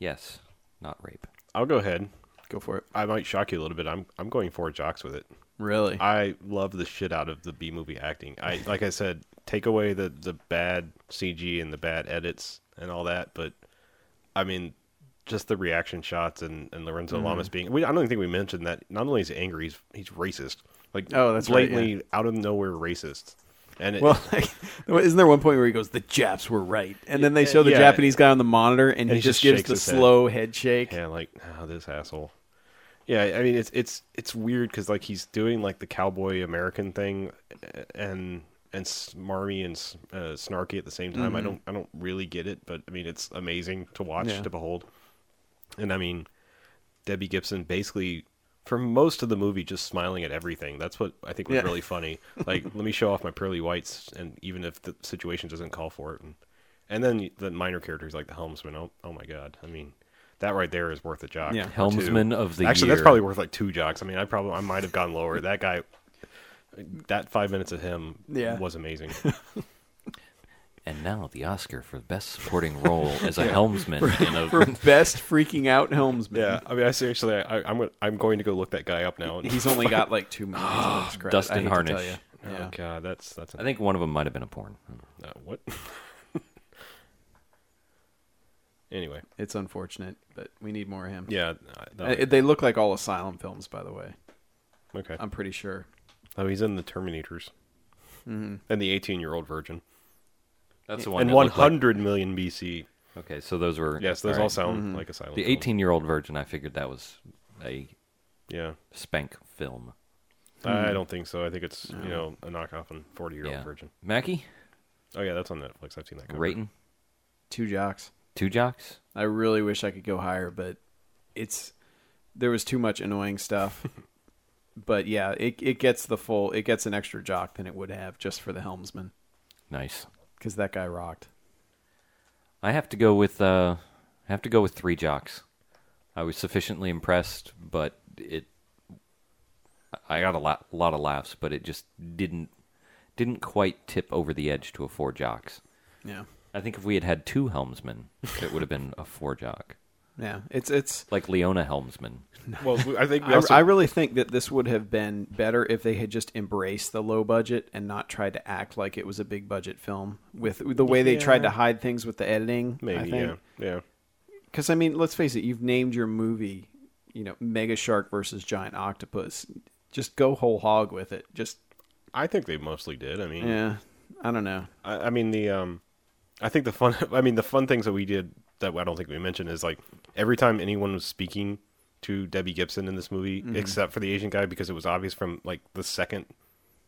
Speaker 3: Yes, not rape.
Speaker 2: I'll go ahead.
Speaker 4: Go for it.
Speaker 2: I might shock you a little bit. I'm I'm going four jocks with it.
Speaker 4: Really?
Speaker 2: I love the shit out of the B movie acting. I like I said, take away the the bad CG and the bad edits and all that, but I mean, just the reaction shots and and Lorenzo
Speaker 4: Mm-hmm.
Speaker 2: Lamas being. We, I don't think we mentioned that. Not only is he angry, he's he's racist. Like
Speaker 4: Oh, that's right,
Speaker 2: blatantly out of nowhere racist. And it,
Speaker 4: well, like, isn't there one point where he goes, "The Japs were right," and then they show the
Speaker 2: Yeah.
Speaker 4: Japanese guy on the monitor, and, he,
Speaker 2: he
Speaker 4: just,
Speaker 2: just
Speaker 4: gives
Speaker 2: shakes
Speaker 4: the
Speaker 2: his head.
Speaker 4: slow head shake.
Speaker 2: Yeah, like oh, this asshole. Yeah, I mean it's it's it's weird because like he's doing like the cowboy American thing, uh, and and smarmy and s- uh, snarky at the same time. I don't I don't really get it, but I mean it's amazing to watch
Speaker 4: Yeah.
Speaker 2: to behold. And I mean, Debbie Gibson basically for most of the movie just smiling at everything. That's what I think was
Speaker 4: Yeah.
Speaker 2: really funny. Like let me show off my pearly whites, and even if the situation doesn't call for it, and and then the minor characters like the helmsman. Oh, oh my god! I mean, that right there is worth a jock.
Speaker 4: Yeah.
Speaker 2: or two.
Speaker 3: Helmsman of the
Speaker 2: Actually, that's
Speaker 3: year.
Speaker 2: probably worth like two jocks. I mean, I probably I might have gone lower. That guy, that five minutes of him
Speaker 4: Yeah.
Speaker 2: was amazing.
Speaker 3: And now the Oscar for best supporting role as a helmsman in a
Speaker 4: For best freaking out helmsman.
Speaker 2: yeah, I mean, I seriously, I, I'm gonna- I'm going to go look that guy up now. And,
Speaker 4: He's only got like two movies. on his credit,
Speaker 3: Dustin
Speaker 4: I hate to
Speaker 3: Harnish.
Speaker 4: tell you.
Speaker 2: oh
Speaker 4: Yeah.
Speaker 2: god, that's that's.
Speaker 3: I think one of them might have been a porn.
Speaker 2: uh, what. anyway,
Speaker 4: It's unfortunate, but we need more of him.
Speaker 2: yeah, I-
Speaker 4: Uh,
Speaker 2: that-
Speaker 4: they look like all asylum films, by the way.
Speaker 2: okay.
Speaker 3: um,
Speaker 4: I'm pretty sure.
Speaker 2: Oh, he's in the Terminators. And the 18 year old virgin.
Speaker 3: That's the Mm-hmm. one.
Speaker 2: And
Speaker 3: that looked like-
Speaker 2: 100 million BC.
Speaker 3: okay, so those were
Speaker 2: Yes, those all
Speaker 3: right. Mm-hmm.
Speaker 2: sound like asylum.
Speaker 3: The
Speaker 2: films.
Speaker 3: eighteen-year-old virgin. I figured that was a
Speaker 2: Yeah.
Speaker 3: spank film.
Speaker 2: I don't think so. I think it's, you know, a knockoff on 40 year old
Speaker 3: Mm-hmm. yeah,
Speaker 2: virgin.
Speaker 3: Mackie
Speaker 2: Oh, yeah, that's on Netflix. I've seen that. cover.
Speaker 3: rating
Speaker 4: Two jocks.
Speaker 3: two jocks.
Speaker 4: I really wish I could go higher, but it's there was too much annoying stuff. but yeah, it it gets the full it gets an extra jock than it would have just for the helmsman
Speaker 3: Nice.
Speaker 4: because that guy rocked.
Speaker 3: I have to go with uh, I have to go with three jocks. I was sufficiently impressed, but it I got a lot, lot of laughs, but it just didn't didn't quite tip over the edge to a four jocks.
Speaker 4: Yeah.
Speaker 3: I think if we had had two helmsmen, it would have been a four jock,
Speaker 4: Yeah. It's it's
Speaker 3: like Leona Helmsman.
Speaker 2: Well, we- I think we
Speaker 4: I,
Speaker 2: also,
Speaker 4: I really think that this would have been better if they had just embraced the low budget and not tried to act like it was a big budget film with with the way they tried to hide things with the editing.
Speaker 2: maybe, yeah. Yeah.
Speaker 4: Because I mean, let's face it, you've named your movie, you know, Mega Shark versus Giant Octopus. Just go whole hog with it. Just
Speaker 2: I think they mostly did. I mean,
Speaker 4: yeah, I don't know.
Speaker 2: I, I mean the um, I think the fun. I mean the fun things that we did that I don't think we mentioned is like every time anyone was speaking to Debbie Gibson in this movie, except for the Asian guy, because it was obvious from like the second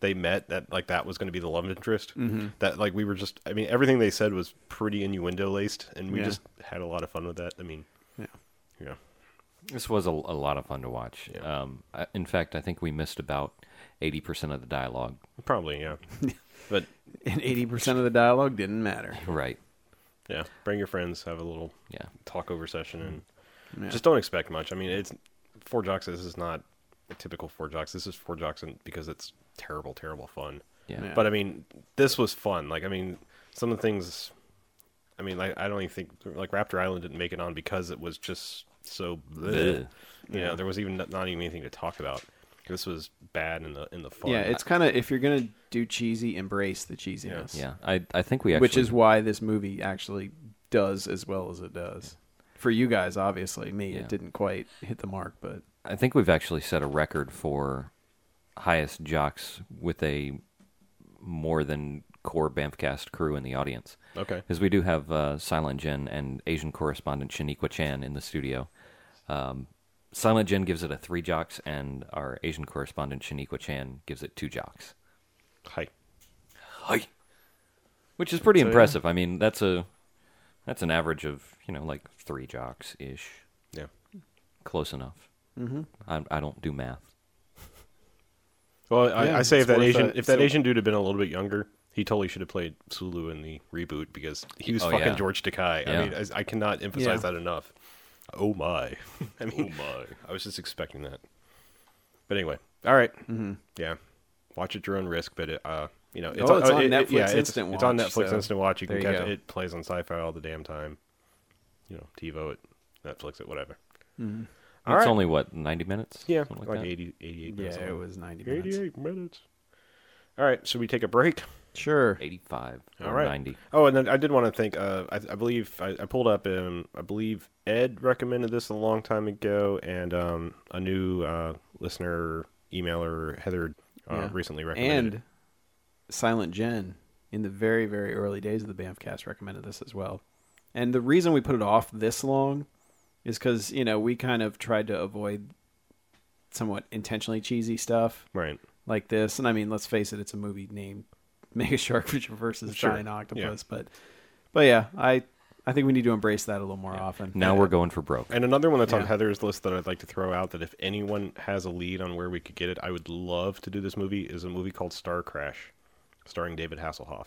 Speaker 2: they met that like that was going to be the love interest. That like we were just. I mean everything they said was pretty innuendo laced, and we
Speaker 4: Yeah.
Speaker 2: just had a lot of fun with that. I mean,
Speaker 4: Yeah.
Speaker 2: yeah,
Speaker 3: This was a, a lot of fun to watch. Um, I, in fact, I think we missed about eighty percent of the dialogue.
Speaker 2: probably yeah, but
Speaker 4: And eighty percent of the dialogue didn't matter.
Speaker 3: Right?
Speaker 2: yeah, bring your friends, have a little
Speaker 3: Yeah.
Speaker 2: talk over session and just don't expect much. I mean, it's four jocks. This is not a typical four jocks. This is four jocks and because it's terrible, terrible fun.
Speaker 3: Yeah.
Speaker 4: Yeah.
Speaker 2: But I mean, this was fun. Like, I mean, some of the things. I mean, like, I don't even think like Raptor Island didn't make it on because it was just so. Bleh.
Speaker 3: Bleh.
Speaker 2: You know, there was even not, not even anything to talk about. This was bad in the in the fun.
Speaker 4: Yeah, it's kind of if you're gonna do cheesy, embrace the cheesiness.
Speaker 3: Yeah. I I think we actually
Speaker 4: which is why this movie actually does as well as it does. For you guys, obviously, me,
Speaker 3: Yeah.
Speaker 4: it didn't quite hit the mark, but
Speaker 3: I think we've actually set a record for highest jocks with a more than core Bamfcast crew in the audience.
Speaker 2: Okay.
Speaker 3: Because we do have uh, Silent Jen and Asian correspondent Shaniqua Chan in the studio. Um, Silent Jen gives it a three jocks, and our Asian correspondent Shaniqua Chan gives it two jocks.
Speaker 2: Hi.
Speaker 3: Hi. Which is pretty impressive. I mean, that's a that's an average of you know like three jocks ish.
Speaker 2: Yeah.
Speaker 3: Close enough. Mm-hmm. I, I don't do math.
Speaker 2: Well, I,
Speaker 4: Yeah,
Speaker 2: I say if
Speaker 4: it's
Speaker 2: that
Speaker 4: worth
Speaker 2: Asian
Speaker 4: it.
Speaker 2: if that
Speaker 4: So-
Speaker 2: Asian dude had been a little bit younger, he totally should have played Sulu in the reboot because he was
Speaker 3: Oh,
Speaker 2: fucking
Speaker 3: yeah.
Speaker 2: George Takai.
Speaker 3: Yeah.
Speaker 2: I mean, I, I cannot emphasize
Speaker 4: Yeah.
Speaker 2: that enough. Oh my! I mean, oh my! I was just expecting that. But anyway, all right.
Speaker 4: Mm-hmm.
Speaker 2: Yeah, watch at your own risk. But it, uh, you know,
Speaker 4: Oh, it's on
Speaker 2: it- it-
Speaker 4: Netflix
Speaker 2: yeah, it's-
Speaker 4: Instant
Speaker 2: It's on
Speaker 4: Watch,
Speaker 2: Netflix
Speaker 4: so
Speaker 2: Instant Watch. You can
Speaker 4: there you
Speaker 2: catch
Speaker 4: go.
Speaker 2: it. It plays on Sci-Fi all the damn time. You know, TiVo it, Netflix it, whatever. All
Speaker 4: Mm-hmm.
Speaker 3: it's
Speaker 2: right.
Speaker 3: only what ninety minutes.
Speaker 2: Yeah,
Speaker 3: Something
Speaker 2: like,
Speaker 3: like that?
Speaker 2: 80, 88
Speaker 4: Yeah,
Speaker 2: minutes
Speaker 4: it
Speaker 2: long.
Speaker 4: was 90 minutes.
Speaker 2: 88 minutes. All right, should we take a break?
Speaker 4: Sure.
Speaker 3: eighty-five
Speaker 2: All
Speaker 3: or
Speaker 2: right.
Speaker 3: ninety.
Speaker 2: Oh, and then I did want to thank. Uh, I, I believe I, I pulled up. Um, I believe Ed recommended this a long time ago, and um, a new uh, listener, emailer Heather, uh,
Speaker 4: Yeah.
Speaker 2: recently recommended.
Speaker 4: And Silent Jen, in the very, very early days of the Bamfcast, recommended this as well. And the reason we put it off this long is because, you know, we kind of tried to avoid somewhat intentionally cheesy stuff
Speaker 2: it. right.
Speaker 4: like this. And I mean, let's face it, it's a movie named Mega Shark versus
Speaker 2: Sure.
Speaker 4: Giant Octopus. But, but yeah, I, I think we need to embrace that a little more often.
Speaker 3: Now we're going for broke.
Speaker 2: And another one that's on
Speaker 4: Yeah.
Speaker 2: Heather's list that I'd like to throw out that if anyone has a lead on where we could get it, I would love to do this movie is a movie called Star Crash, starring David Hasselhoff.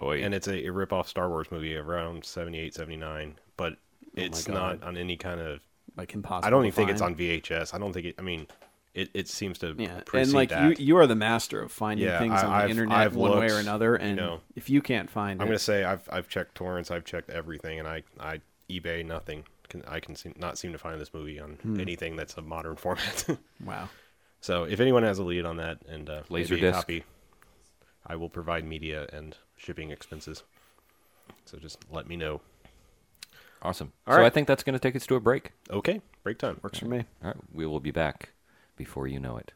Speaker 2: And it's a, a rip-off Star Wars movie around 78, 79, but
Speaker 4: Oh
Speaker 2: it's not on any kind of
Speaker 4: like impossible.
Speaker 2: I don't
Speaker 4: to
Speaker 2: even think it's
Speaker 4: find.
Speaker 2: on VHS. I don't think it I mean it, it seems to
Speaker 4: Yeah,
Speaker 2: precede
Speaker 4: and like
Speaker 2: that.
Speaker 4: you, you are the master of finding
Speaker 2: Yeah,
Speaker 4: things
Speaker 2: I-
Speaker 4: on the
Speaker 2: I've-
Speaker 4: internet
Speaker 2: I've
Speaker 4: one way
Speaker 2: looked,
Speaker 4: or another,
Speaker 2: you
Speaker 4: and
Speaker 2: know.
Speaker 4: if you can't find
Speaker 2: I'm
Speaker 4: it,
Speaker 2: going to say I've I've checked torrents, I've checked everything and I I eBay nothing. Can, I can seem, not seem to find this movie on
Speaker 4: Hmm.
Speaker 2: anything that's a modern format.
Speaker 4: wow,
Speaker 2: So if anyone has a lead on that and uh, maybe a
Speaker 3: Laserdisc.
Speaker 2: copy, I will provide media and shipping expenses. So just let me know.
Speaker 3: Awesome.
Speaker 2: All
Speaker 3: so
Speaker 2: right.
Speaker 3: I think that's going to take us to a break.
Speaker 2: Okay, break time.
Speaker 4: works for me.
Speaker 3: All right, we will be back before you know it.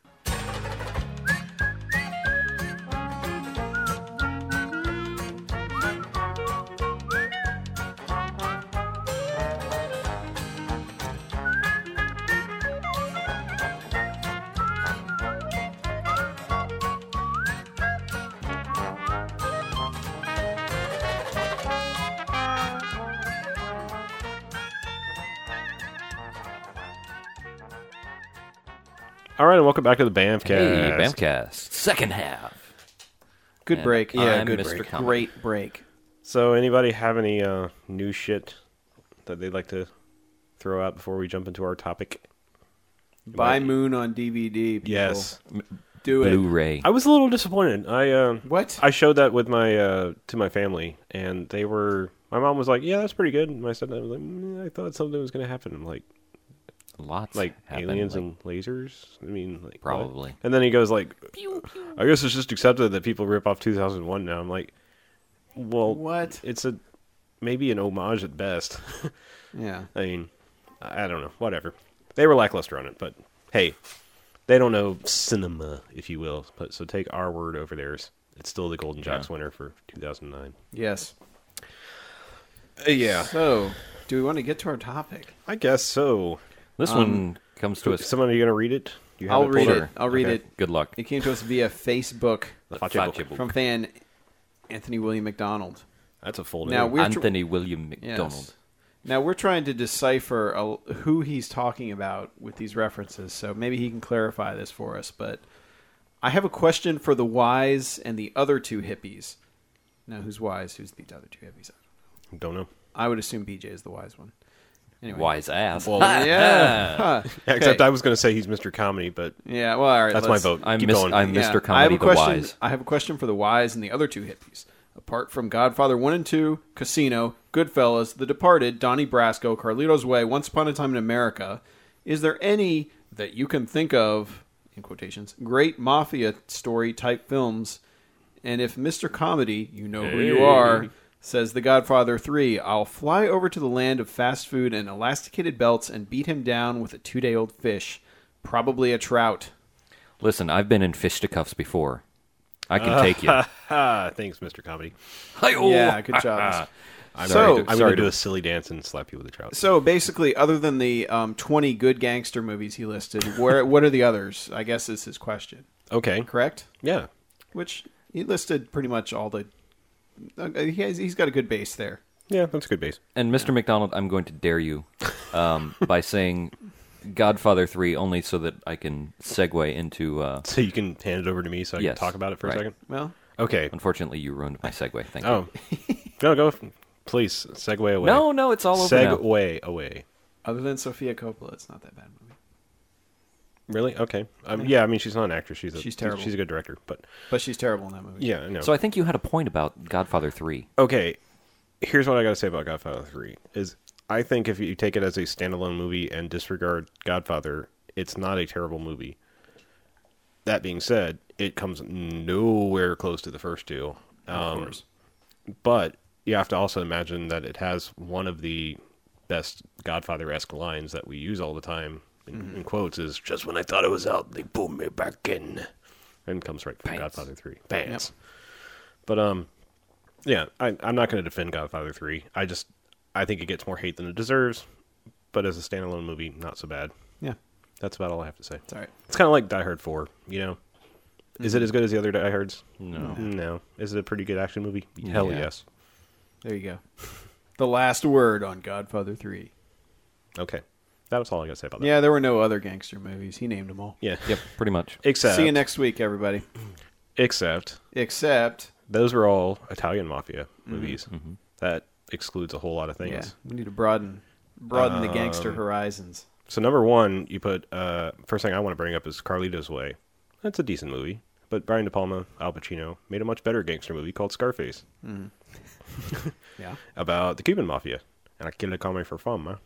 Speaker 2: All right, and welcome back to the Bamcast.
Speaker 3: Hey, Bamcast, second half.
Speaker 4: Good
Speaker 3: And
Speaker 4: break,
Speaker 3: Yeah, I'm
Speaker 4: good
Speaker 3: Mr.
Speaker 4: break.
Speaker 3: Comic.
Speaker 4: Great break.
Speaker 2: So anybody have any uh, new shit that they'd like to throw out before we jump into our topic?
Speaker 4: Buy Moon on DVD. people.
Speaker 2: Yes,
Speaker 4: do it.
Speaker 3: Blu-ray.
Speaker 2: I was a little disappointed. I uh,
Speaker 4: What?
Speaker 2: I showed that with my uh, to my family, and they were. My mom was like, "Yeah, that's pretty good." And my son I was like, mm, "I thought something was going to happen." I'm like,
Speaker 3: Lots
Speaker 2: like
Speaker 3: happen,
Speaker 2: aliens
Speaker 3: like-
Speaker 2: and lasers. I mean, like what?
Speaker 3: Probably.
Speaker 2: And then he goes like, "I guess it's just accepted that people rip off 2001 now." I'm like, "Well,
Speaker 4: What?
Speaker 2: It's a maybe an homage at best."
Speaker 4: Yeah,
Speaker 2: I mean, I I don't know. Whatever. They were lackluster on it, but hey, they don't know cinema, if you will. But so take our word over theirs. It's still the Golden Jocks winner for 2009.
Speaker 4: yes. Uh,
Speaker 2: yeah,
Speaker 4: So, do we want to get to our topic?
Speaker 2: I guess so.
Speaker 3: This
Speaker 2: um,
Speaker 3: one comes to us.
Speaker 2: Someone, are you going to read it? You have
Speaker 4: I'll
Speaker 2: pulled
Speaker 4: read
Speaker 2: up?
Speaker 4: it. I'll read
Speaker 2: Okay.
Speaker 4: it.
Speaker 3: Good luck.
Speaker 4: It came to us via Facebook
Speaker 2: The
Speaker 3: Fache
Speaker 2: Fache book.
Speaker 3: book.
Speaker 4: from fan Anthony William McDonald.
Speaker 2: That's a full name.
Speaker 4: Now we're tr-
Speaker 3: Anthony William
Speaker 4: Yes.
Speaker 3: McDonald.
Speaker 4: Now we're trying to decipher uh, who he's talking about with these references, so maybe he can clarify this for us. But I have a question for the wise and the other two hippies. Now, who's wise? Who's the other two hippies?
Speaker 2: don't know.
Speaker 4: I would assume BJ is the wise one. Anyway,
Speaker 3: Wise ass.
Speaker 4: yeah, Huh.
Speaker 2: Yeah, Except
Speaker 4: Okay.
Speaker 2: I was going to say he's Mr. Comedy, but
Speaker 4: yeah. Well, all right,
Speaker 2: that's my
Speaker 4: let's-
Speaker 2: vote.
Speaker 3: I'm,
Speaker 2: Keep
Speaker 3: mis-
Speaker 2: going.
Speaker 3: I'm
Speaker 4: Yeah.
Speaker 3: Mr. Comedy
Speaker 4: I have a
Speaker 3: the
Speaker 4: question.
Speaker 3: Wise.
Speaker 4: I have a question for the wise and the other two hippies. Apart from Godfather One and Two, Casino, Goodfellas, The Departed, Donnie Brasco, Carlito's Way, Once Upon a Time in America, is there any that you can think of in quotations great mafia story type films? And if Mr. Comedy, you know who you are, says The Godfather 3, I'll fly over to the land of fast food and elasticated belts and beat him down with a two day old fish, probably a trout.
Speaker 3: Listen, I've been in fisticuffs before. I can take you.
Speaker 2: Ah, thanks, Mr. Comedy.
Speaker 3: Hi-oh.
Speaker 4: Uh, Yeah, good job.
Speaker 2: I'm
Speaker 4: So-
Speaker 2: sorry. I'm going
Speaker 3: sorry
Speaker 2: to do
Speaker 3: to-
Speaker 2: a silly dance and slap you with a trout.
Speaker 4: So basically, other than the um, twenty good gangster movies he listed, where what are the others? I guess is his question.
Speaker 2: Okay.
Speaker 4: Correct?
Speaker 2: Yeah.
Speaker 4: Which he listed pretty much all the. Uh, he has, he's got a good base there.
Speaker 2: Yeah, that's a good base.
Speaker 3: And Mr. McDonald, I'm going to dare you um, by saying Godfather Three only so that I can segue into. Uh,
Speaker 2: So you can hand it over to me so I
Speaker 3: Yes,
Speaker 2: can talk about it for
Speaker 3: right.
Speaker 2: a second.
Speaker 4: Well,
Speaker 2: Okay.
Speaker 3: unfortunately, you ruined my segue. Thank you.
Speaker 2: Oh, no, go. Please segue away.
Speaker 3: No, no, it's all over now.
Speaker 2: segue away.
Speaker 4: other than Sofia Coppola, it's not that bad movie.
Speaker 2: Really? Okay. Um, yeah, I mean, she's not an actress. She's a,
Speaker 4: She's terrible.
Speaker 2: She's a good director, but
Speaker 4: But she's terrible in that movie.
Speaker 2: yeah, no.
Speaker 3: So I think you had a point about Godfather Three.
Speaker 2: okay, here's what I got to say about Godfather 3 is I think if you take it as a standalone movie and disregard Godfather, it's not a terrible movie. That being said, it comes nowhere close to the first two. Um, But you have to also imagine that it has one of the best Godfather esque lines that we use all the time in, in quotes is just when I thought it was out, they pulled me back in. And comes right from Godfather 3. Bans. But, um, yeah, I, I'm not going to defend Godfather 3. I just, I think it gets more hate than it deserves. But as a standalone movie, not so bad.
Speaker 4: Yeah.
Speaker 2: That's about all I have to say.
Speaker 4: It's all right.
Speaker 2: It's kind of like Die Hard 4, you know? Is it as good as the other Die Hards?
Speaker 3: Mm-hmm. No.
Speaker 2: No. Is it a pretty good action movie? Hell
Speaker 3: Yeah.
Speaker 2: yes.
Speaker 4: There you go. The last word on Godfather 3.
Speaker 2: Okay. That was all I got to say about that.
Speaker 4: Yeah, there were no other gangster movies. He named them all.
Speaker 2: Yeah.
Speaker 3: Yep, pretty much.
Speaker 2: Except,
Speaker 4: See you next week, everybody.
Speaker 2: except
Speaker 4: Except,
Speaker 2: those were all Italian mafia
Speaker 3: Mm-hmm.
Speaker 2: movies. That excludes a whole lot of things. Um,
Speaker 4: yeah, we need to broaden broaden the gangster horizons.
Speaker 2: So number one, you put uh, first thing I want to bring up is Carlito's Way. That's a decent movie, but Brian De Palma, Al Pacino made a much better gangster movie called Scarface
Speaker 4: Yeah.
Speaker 2: about the Cuban mafia, and I killed a comedy for fun, man.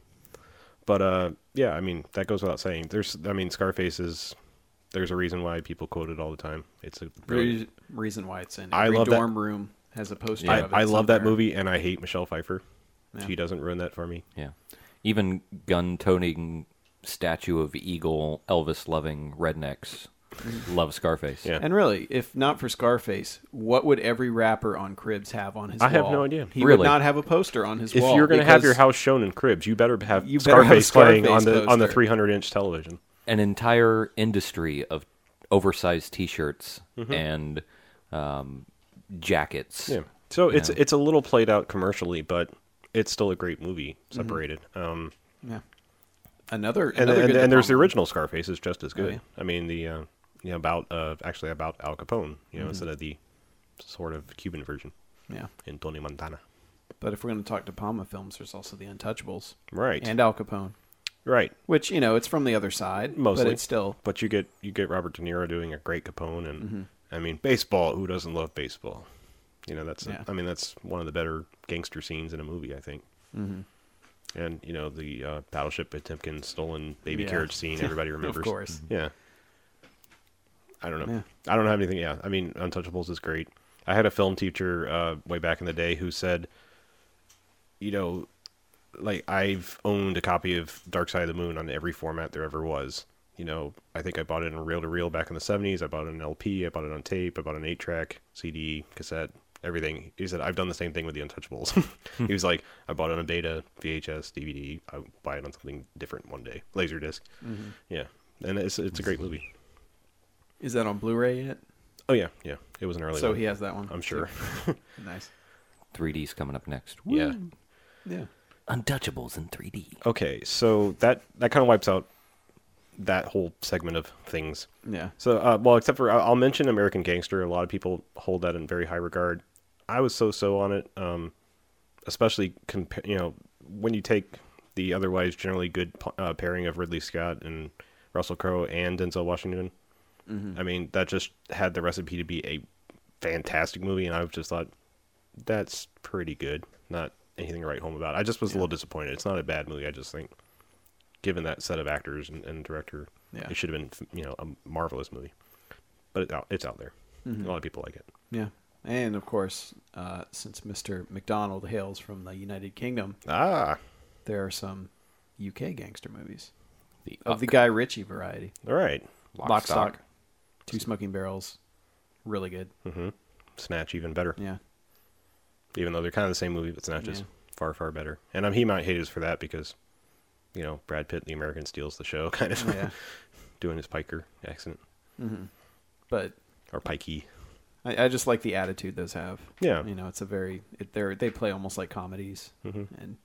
Speaker 2: But uh, yeah, I mean that goes without saying. There's, I mean, Scarface is there's a reason why people quote it all the time. It's a brilliant.
Speaker 4: Re- reason why it's in
Speaker 2: I
Speaker 4: every
Speaker 2: love that-
Speaker 4: dorm room has a poster.
Speaker 2: I,
Speaker 4: of it
Speaker 2: I love that
Speaker 4: somewhere.
Speaker 2: movie, and I hate Michelle Pfeiffer.
Speaker 4: Yeah.
Speaker 2: She doesn't ruin that for me.
Speaker 3: Yeah. Even gun toting statue of Eagle, Elvis loving rednecks love Scarface.
Speaker 2: Yeah.
Speaker 4: And really, if not for Scarface, what would every rapper on Cribs have on his
Speaker 2: I
Speaker 4: wall?
Speaker 2: have no idea.
Speaker 4: He would
Speaker 3: Really.
Speaker 4: not have a poster on his
Speaker 2: If
Speaker 4: wall.
Speaker 2: you're going to have
Speaker 4: because
Speaker 2: your house shown in cribs, you better have
Speaker 4: You better have
Speaker 2: Scarface, playing on the
Speaker 4: Scarface
Speaker 2: on the
Speaker 4: poster.
Speaker 2: 300 inch television.
Speaker 3: An entire industry of oversized t shirts and um, jackets.
Speaker 2: Mm-hmm. Yeah. So it's it's a little played out commercially, but it's still a great movie separated. Um,
Speaker 4: Yeah. Another,
Speaker 2: and
Speaker 4: another
Speaker 2: and,
Speaker 4: good
Speaker 2: and there's the
Speaker 4: development.
Speaker 2: original Scarface is just as good.
Speaker 4: yeah.
Speaker 2: I mean the uh, you know about uh, actually about Al Capone, you know, instead of the sort of Cuban version
Speaker 4: Yeah,
Speaker 2: in Tony Montana.
Speaker 4: but if we're going to talk to Palma films, there's also the Untouchables,
Speaker 2: Right.
Speaker 4: And Al Capone,
Speaker 2: right.
Speaker 4: which you know it's from the other side,
Speaker 2: Mostly.
Speaker 4: but it's still Mm-hmm.
Speaker 2: But you get you get Robert De Niro doing a great Capone and I mean baseball, who doesn't love baseball? You know, that's
Speaker 4: Yeah.
Speaker 2: I mean that's one of the better gangster scenes in a movie, I think. Mm-hmm. And you know the uh, battleship Potemkin stolen baby
Speaker 4: Yeah.
Speaker 2: carriage scene everybody remembers.
Speaker 4: of course.
Speaker 2: Yeah. I don't know.
Speaker 4: Yeah.
Speaker 2: I don't have anything. Yeah. I mean, Untouchables is great. I had a film teacher uh, way back in the day who said, you know, like I've owned a copy of Dark Side of the Moon on every format there ever was. You know, I think I bought it in reel to reel back in the 70s. I bought it on LP. I bought it on tape. I bought an 8 track, CD, cassette, everything. He said, I've done the same thing with The Untouchables. he was like, I bought it on beta, VHS, DVD. I'll buy it on something different one day. Laserdisc. Yeah. And it's, it's a great movie.
Speaker 4: Is that on Blu-ray yet?
Speaker 2: Oh, yeah. Yeah. It was an early
Speaker 4: so
Speaker 2: one.
Speaker 4: he has that one.
Speaker 2: I'm sure.
Speaker 4: Nice.
Speaker 3: 3D's coming up next.
Speaker 2: yeah.
Speaker 4: Yeah.
Speaker 3: Untouchables in 3D.
Speaker 2: Okay. So that, that kind of wipes out that whole segment of things.
Speaker 4: Yeah.
Speaker 2: So, uh, well, except for I'll I'll mention American Gangster. A lot of people hold that in very high regard. I was so-so on it, um, especially compa- you know when you take the otherwise generally good uh, pairing of Ridley Scott and Russell Crowe and Denzel Washington.
Speaker 4: Mm-hmm.
Speaker 2: I mean, that just had the recipe to be a fantastic movie, and I just thought that's pretty good. Not anything to write home about. I just was a little disappointed. It's not a bad movie. I just think, given that set of actors and, and director,
Speaker 4: Yeah.
Speaker 2: it should have been you know a marvelous movie. But it's out, it's out there.
Speaker 4: Mm-hmm.
Speaker 2: A lot of people like it.
Speaker 4: Yeah. And of course, uh, since Mr. McDonald hails from the United Kingdom,
Speaker 2: Ah,
Speaker 4: there are some UK gangster movies
Speaker 3: The
Speaker 4: of the Guy Ritchie variety.
Speaker 2: all right.
Speaker 3: Lock,
Speaker 4: Lock,
Speaker 3: Stock. Hmm.
Speaker 4: Stock, Two Smoking Barrels, really good.
Speaker 2: Snatch even better.
Speaker 4: Yeah.
Speaker 2: Even though they're kind of the same movie, but Snatch is
Speaker 4: Yeah.
Speaker 2: far far better. And um, he might hate us for that because, you know, Brad Pitt, the American, steals the show, kind of
Speaker 4: Oh, Yeah.
Speaker 2: doing his piker accent
Speaker 4: but
Speaker 2: or pikey.
Speaker 4: I, I just like the attitude those have.
Speaker 2: Yeah. Mm-hmm.
Speaker 4: You know, it's a very it, they're they play almost like comedies, and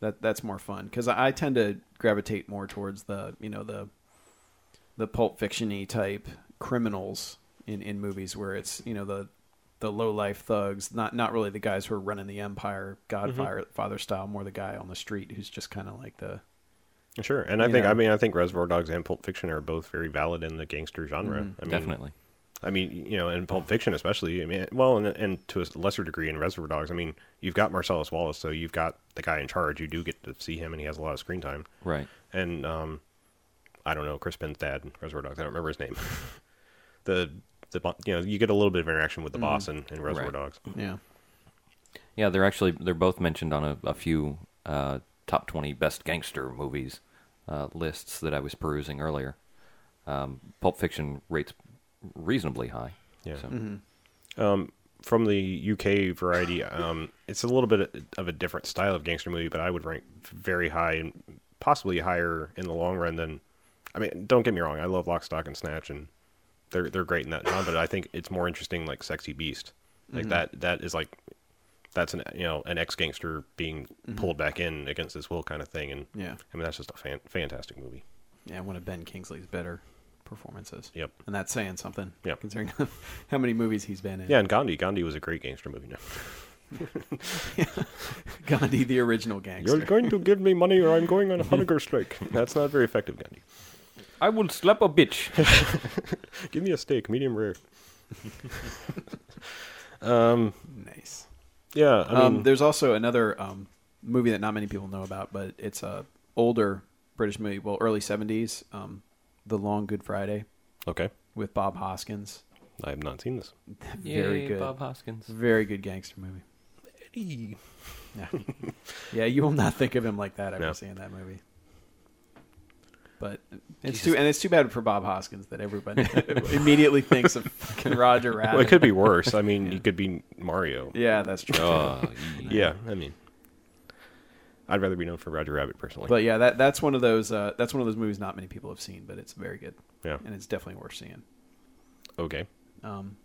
Speaker 4: That that's more fun because I, I tend to gravitate more towards the you know the the pulp fictiony type criminals in, in movies where it's you know the the low life thugs, not not really the guys who are running the empire, Godfather
Speaker 2: Mm-hmm.
Speaker 4: father style, more the guy on the street who's just kind of like the
Speaker 2: Sure, and I
Speaker 4: You
Speaker 2: think
Speaker 4: know.
Speaker 2: I mean I think Reservoir Dogs and Pulp Fiction are both very valid in the gangster genre. I mean,
Speaker 3: Definitely.
Speaker 2: I mean, you know, in Pulp Fiction especially. I mean, well, and, and to a lesser degree in Reservoir Dogs. I mean, you've got Marcellus Wallace, so you've got the guy in charge. You do get to see him, and he has a lot of screen time.
Speaker 3: Right.
Speaker 2: And um, I don't know Chris Penn's dad in Reservoir Dogs. I don't remember his name. the the bo- you know you get a little bit of interaction with the boss in, in Reservoir
Speaker 3: Right.
Speaker 2: Dogs.
Speaker 4: yeah
Speaker 3: Yeah, they're actually they're both mentioned on a, a few uh, top twenty best gangster movies uh, lists that I was perusing earlier. Um, Pulp Fiction rates reasonably high.
Speaker 2: Yeah.
Speaker 3: So,
Speaker 2: From the UK variety, um, it's a little bit of a different style of gangster movie, but I would rank very high and possibly higher in the long run than. I mean, don't get me wrong. I love Lock, Stock, and Snatch, and they're they're great in that genre. But I think it's more interesting like Sexy Beast, like that. That is like that's an you know an ex gangster being pulled back in against his will kind of thing, and
Speaker 4: Yeah.
Speaker 2: I mean that's just a fan- fantastic movie.
Speaker 4: yeah one of Ben Kingsley's better performances.
Speaker 2: Yep.
Speaker 4: and that's saying something.
Speaker 2: Yep.
Speaker 4: considering how many movies he's been in.
Speaker 2: Yeah, and Gandhi. Gandhi was a great gangster movie.
Speaker 4: Gandhi, the original gangster.
Speaker 2: You're going to give me money, or I'm going on a hunger strike. That's not very effective, Gandhi.
Speaker 3: I will slap a bitch.
Speaker 2: Give me a steak, medium rare.
Speaker 4: Nice.
Speaker 2: Yeah, I mean,
Speaker 4: um, there's also another um, movie that not many people know about, but it's a older British movie, well, early '70s, um, "The Long Good Friday"
Speaker 2: okay.
Speaker 4: with Bob Hoskins.
Speaker 2: I have not seen this.
Speaker 4: Very good.
Speaker 3: Bob Hoskins.
Speaker 4: It's a very good gangster movie. Yeah. yeah, you will not think of him like that after
Speaker 2: No.
Speaker 4: seeing that movie. But it's
Speaker 3: Jesus.
Speaker 4: too, and it's too bad for Bob Hoskins that everybody immediately thinks of fucking Roger Rabbit.
Speaker 2: Well, it could be worse. I mean, you could be Mario.
Speaker 4: yeah, that's true.
Speaker 3: Oh, yeah.
Speaker 2: Yeah, I mean, I'd rather be known for Roger Rabbit personally.
Speaker 4: But yeah, that that's one of those uh, that's one of those movies not many people have seen, but it's very good.
Speaker 2: Yeah.
Speaker 4: and it's definitely worth seeing.
Speaker 2: okay,
Speaker 4: Um,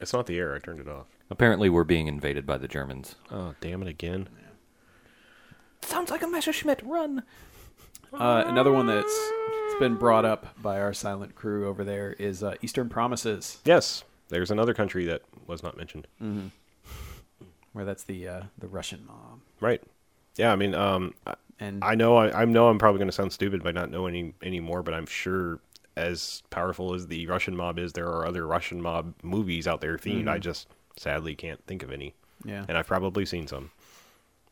Speaker 2: it's not the air. I turned it off.
Speaker 3: Apparently, we're being invaded by the Germans.
Speaker 2: Oh, damn it again!
Speaker 3: Sounds like a Messerschmitt. Run.
Speaker 4: uh, another one that's it's been brought up by our silent crew over there is uh, Eastern Promises,
Speaker 2: Yes, there's another country that was not mentioned.
Speaker 4: where that's the uh, the Russian mom
Speaker 2: Right? Yeah, I mean, um, I-
Speaker 4: and
Speaker 2: I know I, I know I'm probably going to sound stupid by not knowing any, any more, but I'm sure as powerful as the Russian mob is, there are other Russian mob movies out there themed.
Speaker 3: Mm-hmm.
Speaker 2: I just sadly can't think of any.
Speaker 4: yeah.
Speaker 2: And I've probably seen some.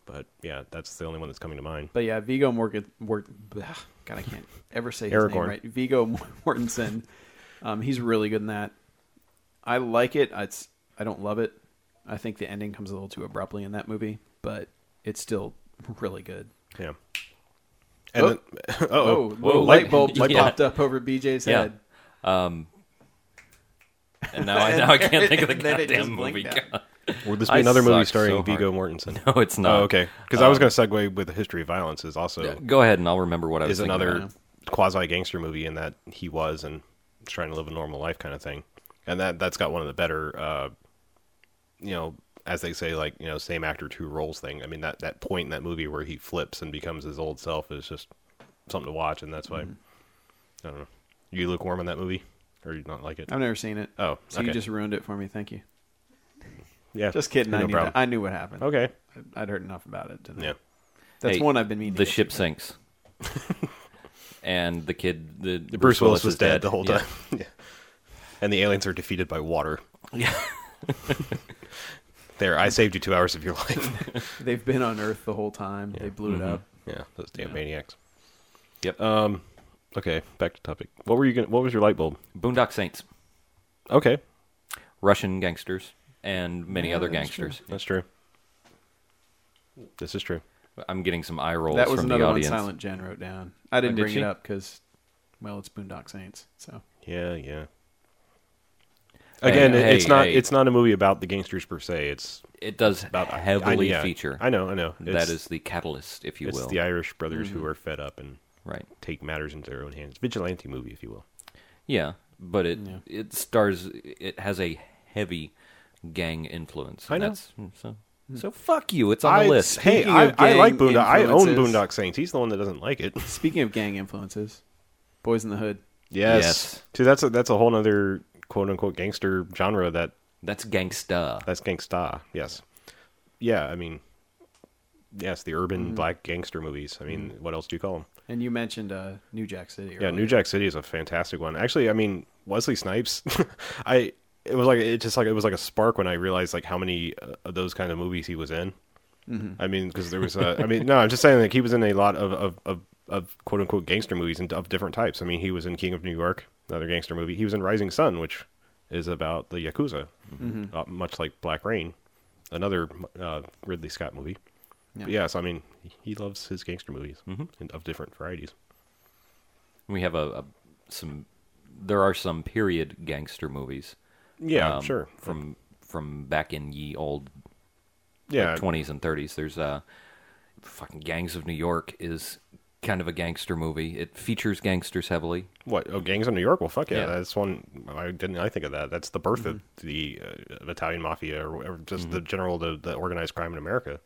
Speaker 2: But yeah, that's the only one that's coming to mind.
Speaker 4: But yeah, Vigo Morgan, Mor- ugh, God, I can't ever say his name
Speaker 2: Aragorn.
Speaker 4: right. Vigo Mortensen, um, he's really good in that. I like it. It's I don't love it. I think the ending comes a little too abruptly in that movie, but it's still really good.
Speaker 2: Yeah. And
Speaker 4: Oh.
Speaker 2: then, oh,
Speaker 4: Oh,
Speaker 2: oh,
Speaker 4: whoa, light bulb
Speaker 3: yeah.
Speaker 4: popped up over BJ's
Speaker 3: Yeah.
Speaker 4: head.
Speaker 3: Um, And now, I, now I can't think of the
Speaker 4: And then it just
Speaker 3: goddamn movie.
Speaker 4: blinked out.
Speaker 2: would this be
Speaker 3: I
Speaker 2: another movie
Speaker 3: suck
Speaker 2: starring
Speaker 3: so hard.
Speaker 2: Vigo Mortensen?
Speaker 3: No, it's not. Um,
Speaker 2: Oh, okay. Because I was going to segue with the history of violence is also
Speaker 3: Go ahead, and I'll remember what I was
Speaker 2: is
Speaker 3: thinking
Speaker 2: another
Speaker 3: about.
Speaker 2: quasi gangster movie in that he was and is trying to live a normal life kind of thing, and that that's got one of the better, uh, you know, as they say, like you know, same actor two roles thing. I mean that that point in that movie where he flips and becomes his old self is just something to watch, and that's why I don't know. You lukewarm on that movie, or you not like it?
Speaker 4: I've never seen it.
Speaker 2: Oh,
Speaker 4: so you
Speaker 2: okay.
Speaker 4: just ruined it for me. Thank you.
Speaker 2: yeah,
Speaker 4: Just kidding. I
Speaker 2: No
Speaker 4: knew
Speaker 2: problem.
Speaker 4: that. I knew what happened.
Speaker 2: Okay,
Speaker 4: I- I'd heard enough about it. to know.
Speaker 2: yeah,
Speaker 4: that's
Speaker 3: Hey,
Speaker 4: one I've been meaning.
Speaker 3: The
Speaker 4: to
Speaker 3: ship sinks, and the kid, the,
Speaker 2: Bruce, Willis, was
Speaker 3: is
Speaker 2: dead, the whole
Speaker 3: Yeah.
Speaker 2: time. yeah. And the aliens are defeated by water.
Speaker 3: Yeah.
Speaker 2: There, I saved you two hours of your life.
Speaker 4: see. They've been on Earth the whole time. They blew it up.
Speaker 2: Yeah, those damn maniacs.
Speaker 3: Yep.
Speaker 2: Um. Okay, back to topic. What were you gonna? What was your light bulb?
Speaker 3: Boondock Saints,
Speaker 2: Okay,
Speaker 3: Russian gangsters, and many other gangsters.
Speaker 2: that's true. This is true.
Speaker 3: I'm getting some eye rolls
Speaker 4: That was
Speaker 3: from
Speaker 4: another
Speaker 3: the
Speaker 4: one
Speaker 3: audience.
Speaker 4: Silent Jen wrote down. I didn't
Speaker 3: Oh, did
Speaker 4: bring
Speaker 3: she?
Speaker 4: it up because, well, it's Boondock Saints. So
Speaker 2: Yeah, yeah. Again,
Speaker 3: Hey,
Speaker 2: it-
Speaker 3: hey,
Speaker 2: it's not.
Speaker 3: hey.
Speaker 2: It's not a movie about the gangsters per se. It's
Speaker 3: It does
Speaker 2: about I-
Speaker 3: heavily
Speaker 2: I, yeah,
Speaker 3: feature.
Speaker 2: I know. I know. It's,
Speaker 3: that is the catalyst, if you
Speaker 2: It's
Speaker 3: will. Mm-hmm.
Speaker 2: the Irish brothers who are fed up and
Speaker 3: right.
Speaker 2: take matters into their own hands. Vigilante movie, if you will.
Speaker 3: Yeah, but it
Speaker 4: Yeah.
Speaker 3: it stars. It has a heavy gang influence.
Speaker 2: I
Speaker 3: and
Speaker 2: know. Hmm.
Speaker 3: That's, so So fuck you. It's on the
Speaker 2: I-
Speaker 3: list.
Speaker 2: Hey,
Speaker 4: Speaking
Speaker 2: I,
Speaker 4: of
Speaker 2: I like
Speaker 4: gang
Speaker 2: Boondock. I own
Speaker 4: influences-
Speaker 2: Boondock Saints. He's the one that doesn't like it.
Speaker 4: Speaking of gang influences, Boys in the Hood.
Speaker 2: Yes.
Speaker 3: Yes.
Speaker 2: Dude, that's a, that's a whole other quote unquote gangster genre that
Speaker 3: That's gangsta.
Speaker 2: that's gangsta. Yes. Yeah, I mean, yes, the urban black gangster movies. I mean, what else do you call them?
Speaker 4: And you mentioned uh, New Jack City.
Speaker 2: Yeah,
Speaker 4: earlier.
Speaker 2: New Jack City is a fantastic one. Actually, I mean Wesley Snipes. I it was like it just like it was like a spark when I realized like how many uh, of those kind of movies he was in. I mean, because there was a. I mean, no, I'm just saying like he was in a lot of of of, of quote unquote gangster movies and of different types. I mean, he was in King of New York, another gangster movie. He was in Rising Sun, which is about the yakuza, uh, much like Black Rain, another uh, Ridley Scott movie.
Speaker 4: Yeah.
Speaker 2: But yeah, so I mean, he loves his gangster movies and of different varieties.
Speaker 3: We have a, a some. There are some period gangster movies.
Speaker 2: Yeah,
Speaker 3: um,
Speaker 2: sure.
Speaker 3: From from back in ye old
Speaker 2: Yeah,
Speaker 3: twenties and thirties. There's uh, fucking Gangs of New York is kind of a gangster movie. It features gangsters heavily.
Speaker 2: What? Oh, Gangs of New York? Well, fuck yeah,
Speaker 3: Yeah. Mm-hmm.
Speaker 2: that's one. I didn't. I think of that. That's the birth of the uh, of Italian mafia, or, or just the general the, the organized crime in America.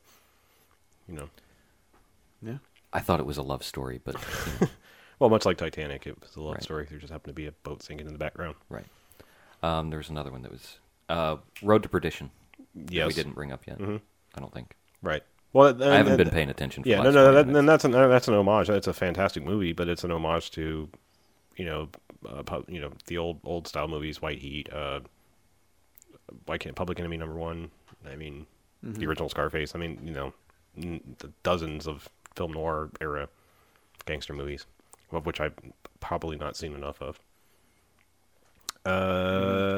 Speaker 2: You know,
Speaker 4: Yeah.
Speaker 3: I thought it was a love story, but
Speaker 2: well, much like Titanic, it was a love
Speaker 3: Right.
Speaker 2: story. There just happened to be a boat sinking in the background.
Speaker 3: right. Um, there was another one that was uh, Road to Perdition. that
Speaker 2: Yes,
Speaker 3: we didn't bring up yet. I don't think.
Speaker 2: Right. Well, Mm-hmm. and,
Speaker 3: I haven't
Speaker 2: and-
Speaker 3: been paying attention. For
Speaker 2: Yeah,
Speaker 3: the
Speaker 2: no,
Speaker 3: last
Speaker 2: no,
Speaker 3: 20
Speaker 2: that,
Speaker 3: minutes.
Speaker 2: then that's an uh, that's an homage. That's a fantastic movie, but it's an homage to, you know, uh, pub, you know the old old style movies, White Heat. Uh, why can't Public Enemy number one? I mean,
Speaker 3: Mm-hmm.
Speaker 2: the original Scarface. I mean, you know, n- the dozens of film noir era gangster movies, of which I've probably not seen enough of. Uh,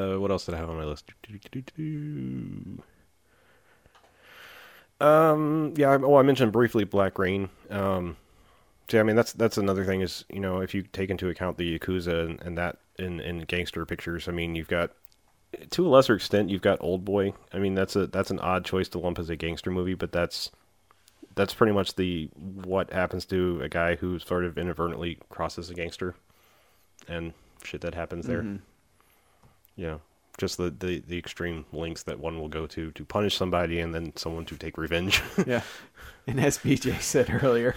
Speaker 3: Mm-hmm.
Speaker 2: what else did I have on my list? Um, yeah. I- Well, I mentioned briefly Black Rain. Um, so yeah, I mean that's that's another thing is you know if you take into account the yakuza and, and that in in gangster pictures, I mean you've got to a lesser extent you've got Old Boy. I mean that's a that's an odd choice to lump as a gangster movie, but that's that's pretty much the what happens to a guy who sort of inadvertently crosses a gangster and shit that happens there. Yeah. Just the, the, the extreme lengths that one will go to to punish somebody and then someone to take revenge.
Speaker 4: Yeah. And as BJ said earlier,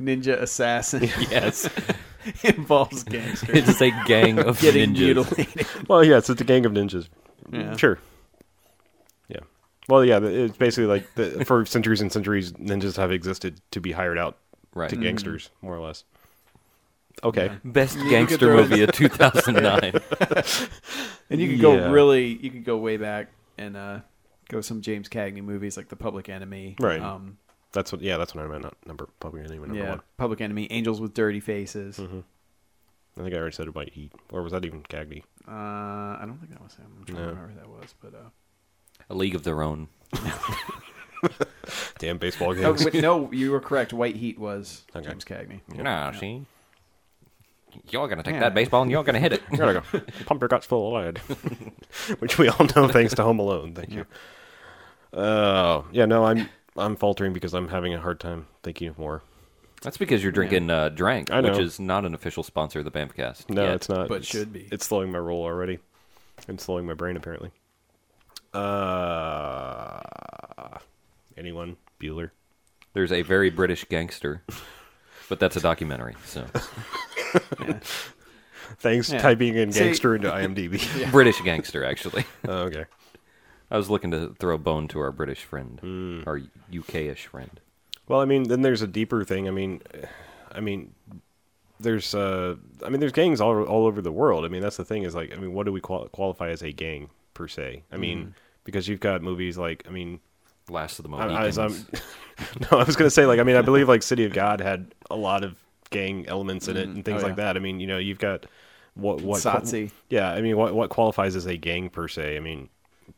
Speaker 4: Ninja Assassin
Speaker 3: yes,
Speaker 4: involves gangsters
Speaker 3: it's a gang of
Speaker 4: getting
Speaker 3: ninjas.
Speaker 4: mutilated.
Speaker 2: well, yeah, it's, it's a gang of ninjas.
Speaker 4: Yeah.
Speaker 2: Sure. Yeah. Well, yeah, the- it's basically like the, for centuries and centuries, ninjas have existed to be hired out
Speaker 3: Right.
Speaker 2: to
Speaker 4: Mm.
Speaker 2: gangsters, more or less. Okay.
Speaker 3: Best
Speaker 4: You could
Speaker 3: gangster
Speaker 4: throw in-
Speaker 3: movie of 2009.
Speaker 4: And you could
Speaker 2: Yeah.
Speaker 4: go really, you could go way back and uh, go some James Cagney movies like The Public Enemy,
Speaker 2: Right.
Speaker 4: Um,
Speaker 2: That's what, yeah, that's what I meant. Not number, probably anyway, number
Speaker 4: yeah,
Speaker 2: one.
Speaker 4: Public Enemy, Angels with Dirty Faces.
Speaker 2: I think I already said White Heat. Or was that even Cagney?
Speaker 4: Uh, I don't think that was him. I'm trying
Speaker 2: No.
Speaker 4: to remember who that was, but uh,
Speaker 3: A League of Their Own.
Speaker 2: Damn baseball
Speaker 4: oh,
Speaker 2: games.
Speaker 4: wait, no, you were correct. White Heat was
Speaker 2: Okay.
Speaker 4: James Cagney.
Speaker 3: Nah, see, you're gonna take
Speaker 4: Yeah.
Speaker 3: that baseball and you're gonna hit it.
Speaker 2: You gotta go. Pump your guts full of lead, which we all know thanks to Home Alone. Thank you. Oh yeah, no, I'm I'm faltering because I'm having a hard time thinking of more.
Speaker 3: That's because you're drinking uh, Drank,
Speaker 2: I
Speaker 3: which
Speaker 2: know.
Speaker 3: is not an official sponsor of the Bamcast.
Speaker 2: No,
Speaker 3: yet.
Speaker 2: it's not.
Speaker 4: But
Speaker 2: It's-
Speaker 4: should be.
Speaker 2: It's slowing my roll already. I'm slowing my brain apparently. Uh, anyone Bueller?
Speaker 3: There's a very British gangster, but that's a documentary. So
Speaker 2: Thanks
Speaker 4: Yeah.
Speaker 2: typing in
Speaker 4: See-
Speaker 2: gangster into IMDb.
Speaker 3: British gangster, actually.
Speaker 2: oh, okay.
Speaker 3: I was looking to throw a bone to our British friend,
Speaker 2: Mm.
Speaker 3: our UK-ish friend.
Speaker 2: Well, I mean, then there's a deeper thing. I mean, I mean, there's uh, I mean, there's gangs all all over the world. I mean, that's the thing is like, I mean, what do we qual- qualify as a gang per se? I mean,
Speaker 4: Mm.
Speaker 2: because you've got movies like, I mean,
Speaker 3: Last of the
Speaker 2: I, I, as
Speaker 3: Mohicans.
Speaker 2: I'm, no, I was gonna say like, I mean, I believe like City of God had a lot of gang elements in it and things
Speaker 4: Oh,
Speaker 2: like
Speaker 4: yeah.
Speaker 2: that. I mean, you know, you've got what what
Speaker 4: Satsi.
Speaker 2: yeah, I mean, what what qualifies as a gang per se? I mean,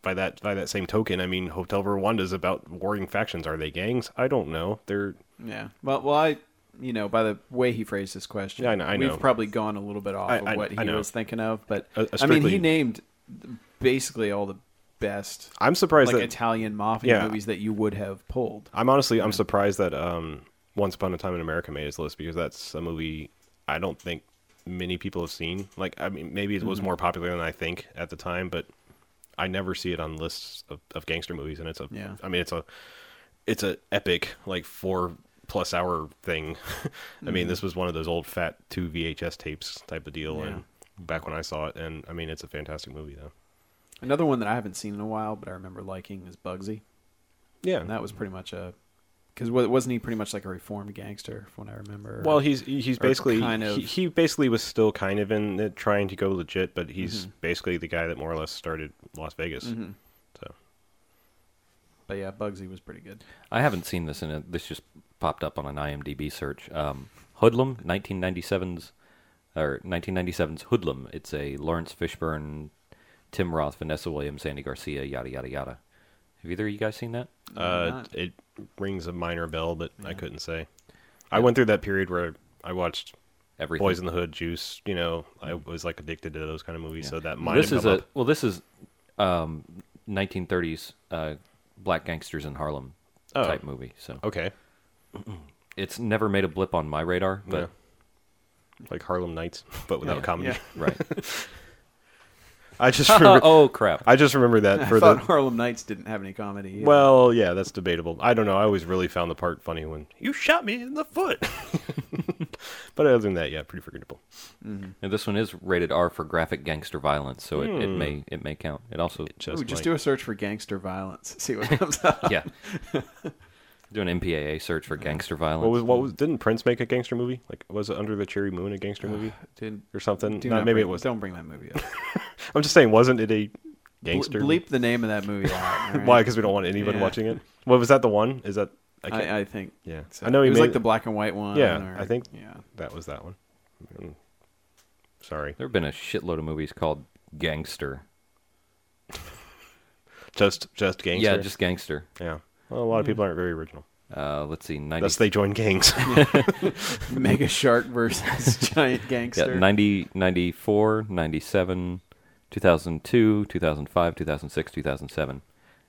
Speaker 2: by that by that same token, I mean, Hotel Rwanda is about warring factions. Are they gangs? I don't know. They're
Speaker 4: Yeah. Well, well, I, you know, by the way he phrased this question,
Speaker 2: Yeah, I know- I know.
Speaker 4: we've probably gone a little bit off
Speaker 2: I-
Speaker 4: of
Speaker 2: I-
Speaker 4: what he
Speaker 2: I know.
Speaker 4: was thinking of, but
Speaker 2: A- a
Speaker 4: I mean,
Speaker 2: strictly-
Speaker 4: he named basically all the best
Speaker 2: I'm surprised
Speaker 4: like
Speaker 2: that
Speaker 4: Italian mafia
Speaker 2: Yeah.
Speaker 4: movies that you would have pulled.
Speaker 2: I'm honestly I'm surprised that um, Once Upon a Time in America made his list because that's a movie I don't think many people have seen. Like I mean, maybe it was more popular than I think at the time, but I never see it on lists of, of gangster movies, and it's a.
Speaker 4: Yeah.
Speaker 2: I mean, it's a, it's a epic like four plus hour thing. I mean, this was one of those old fat two VHS tapes type of deal, and back when I saw it, and I mean, it's a fantastic movie though.
Speaker 4: Another one that I haven't seen in a while, but I remember liking is Bugsy,
Speaker 2: Yeah,
Speaker 4: and that was pretty much a because wasn't he pretty much like a reformed gangster from what I remember?
Speaker 2: Well, he's he's
Speaker 4: or
Speaker 2: basically
Speaker 4: kind of-
Speaker 2: he, he basically was still kind of in it, trying to go legit, but he's
Speaker 4: Mm-hmm.
Speaker 2: basically the guy that more or less started Las Vegas. So
Speaker 4: but yeah, Bugsy was pretty good.
Speaker 3: I haven't seen this, and it- this just popped up on an IMDb search. Um, Hoodlum, 1997's or 1997's Hoodlum. It's a Lawrence Fishburne, Tim Roth, Vanessa Williams, Sandy Garcia, yada yada yada. Have either of you guys seen that?
Speaker 2: uh,
Speaker 4: not-
Speaker 2: it rings a minor bell, but I couldn't say. I went through that period where I watched
Speaker 3: Everything.
Speaker 2: Boys in the Hood, Juice. You know, I
Speaker 4: Mm.
Speaker 2: was like addicted to those kind of movies,
Speaker 3: Yeah.
Speaker 2: so that might
Speaker 3: this
Speaker 2: have
Speaker 3: is
Speaker 2: come
Speaker 3: a
Speaker 2: up.
Speaker 3: well. This is um, 1930s uh, black gangsters in Harlem
Speaker 2: Oh.
Speaker 3: type movie. So
Speaker 2: okay,
Speaker 3: it's never made a blip on my radar, but
Speaker 2: Yeah. like Harlem Nights, but without
Speaker 3: Yeah.
Speaker 2: comedy.
Speaker 4: Yeah.
Speaker 3: right.
Speaker 2: I just remember,
Speaker 3: oh crap!
Speaker 2: I just remember that
Speaker 4: I
Speaker 2: for
Speaker 4: thought
Speaker 2: the
Speaker 4: Harlem Nights didn't have any comedy. either.
Speaker 2: Well, yeah, that's debatable. I don't know. I always really found the part funny when you shot me in the foot. but other than that, yeah, pretty forgettable.
Speaker 3: And this one is rated R for graphic gangster violence, so it, it
Speaker 2: Hmm.
Speaker 3: may it may count. It also
Speaker 2: Just,
Speaker 4: Ooh, just
Speaker 2: like-
Speaker 4: do a search for gangster viviolence, see what comes up.
Speaker 3: yeah. Do an MPAA search for gangster violence.
Speaker 2: What was what was? Didn't Prince make a gangster movie? Like was it Under the Cherry Moon a gangster movie
Speaker 4: Dude,
Speaker 2: or something?
Speaker 4: do
Speaker 2: No,
Speaker 4: not
Speaker 2: maybe
Speaker 4: bring-
Speaker 2: it was.
Speaker 4: Don't bring that movie up.
Speaker 2: I'm just saying, wasn't it a
Speaker 4: Ble-
Speaker 2: gangster?
Speaker 4: Bleep the name of that movie out. all right?
Speaker 2: Why? Because we don't want anyone
Speaker 4: Yeah.
Speaker 2: watching it. What was that? The one is that? I can't,
Speaker 4: I, I think.
Speaker 2: yeah,
Speaker 4: so.
Speaker 2: I know
Speaker 4: it
Speaker 2: he
Speaker 4: was
Speaker 2: made
Speaker 4: like the black and white one.
Speaker 2: Yeah,
Speaker 4: or-
Speaker 2: I think-
Speaker 4: Yeah.
Speaker 2: That was that one. Mm. Sorry,
Speaker 3: there have been a shitload of movies called gangster.
Speaker 2: just just gangster.
Speaker 3: Yeah, just gangster.
Speaker 2: yeah. Well, a lot of people aren't very original.
Speaker 3: Uh, let's see, 90,
Speaker 2: Unless they join gangs.
Speaker 4: Mega Shark versus Giant Gangster.
Speaker 3: yeah, 90, 94, 97, 2002, 2005, 2006, 2007.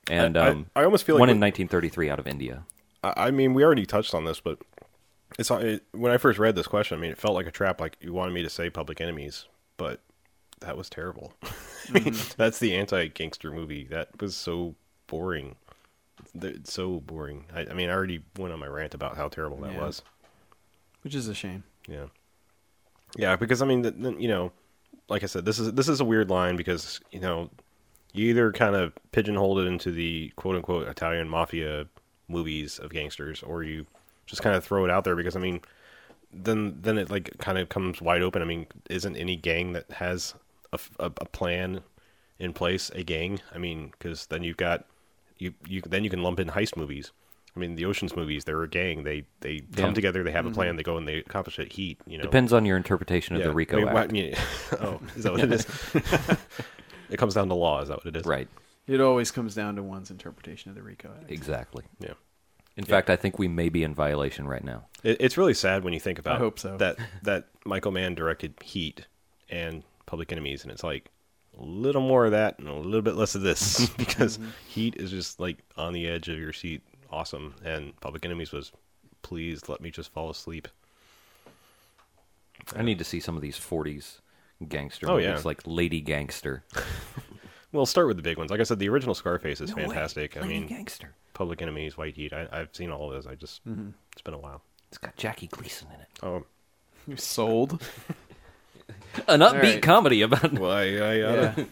Speaker 3: And
Speaker 2: I-
Speaker 3: um,
Speaker 2: I almost feel like Oh.
Speaker 3: one in
Speaker 2: we-
Speaker 3: 1933 out of India.
Speaker 2: I I mean, we already touched on this, but it's uh, it, when I first read this question. I mean, it felt like a trap. Like you wanted me to say Public Enemies, but that was terrible. I mean, that's the anti-gangster movie. That was so boring. Th- It's so boring. I, I mean, I already went on my rant about how terrible that
Speaker 4: Yeah.
Speaker 2: was.
Speaker 4: Which is a shame.
Speaker 2: Yeah, yeah. Because I mean, th- th- you know, like I said, this is this is a weird line because you know, you either kind of pigeonhole it into the quote unquote Italian mafia movies of gangsters, or you just kind of throw it out there because I mean, then then it like kind of comes wide open. I mean, isn't any gang that has a, f- a- a plan in place a gang? I mean, because then you've got you you then you can lump in heist movies. I mean, the Ocean's movies, they're a gang. They they come
Speaker 3: Yeah.
Speaker 2: together, they have a
Speaker 4: Mm-hmm.
Speaker 2: plan, they go and they accomplish it. Heat, you know.
Speaker 3: Depends on your interpretation of
Speaker 2: Yeah.
Speaker 3: the RICO
Speaker 2: I mean,
Speaker 3: Act.
Speaker 2: why- I mean, oh, is that what it is? it comes down to law. Is that what it is?
Speaker 3: Right,
Speaker 4: It always comes down to one's interpretation of the RICO Act.
Speaker 3: exactly.
Speaker 2: Yeah.
Speaker 3: In fact, I think we may be in violation right now.
Speaker 2: It, it's really sad when you think about.
Speaker 4: hope so.
Speaker 2: That that Michael Mann directed Heat and Public Enemies, and it's like a little more of that and a little bit less of this because
Speaker 4: Mm-hmm.
Speaker 2: Heat is just like on the edge of your seat, awesome, and Public Enemies was, please let me just fall asleep.
Speaker 3: I need to see some of these 40s gangster
Speaker 2: Oh,
Speaker 3: movies,
Speaker 2: yeah.
Speaker 3: like Lady Gangster.
Speaker 2: We'll start with the big ones. Like I said, the original Scarface is
Speaker 3: No way,
Speaker 2: fantastic. I
Speaker 3: Lady
Speaker 2: mean,
Speaker 3: Gangster.
Speaker 2: Public Enemies, White Heat. I, I've seen all of those. I just
Speaker 4: Mm-hmm.
Speaker 2: it's been a while.
Speaker 3: It's got Jackie Gleason in it.
Speaker 2: Oh
Speaker 4: You're sold.
Speaker 3: An upbeat
Speaker 4: right.
Speaker 3: comedy about.
Speaker 2: well, I, I, uh,
Speaker 4: yeah.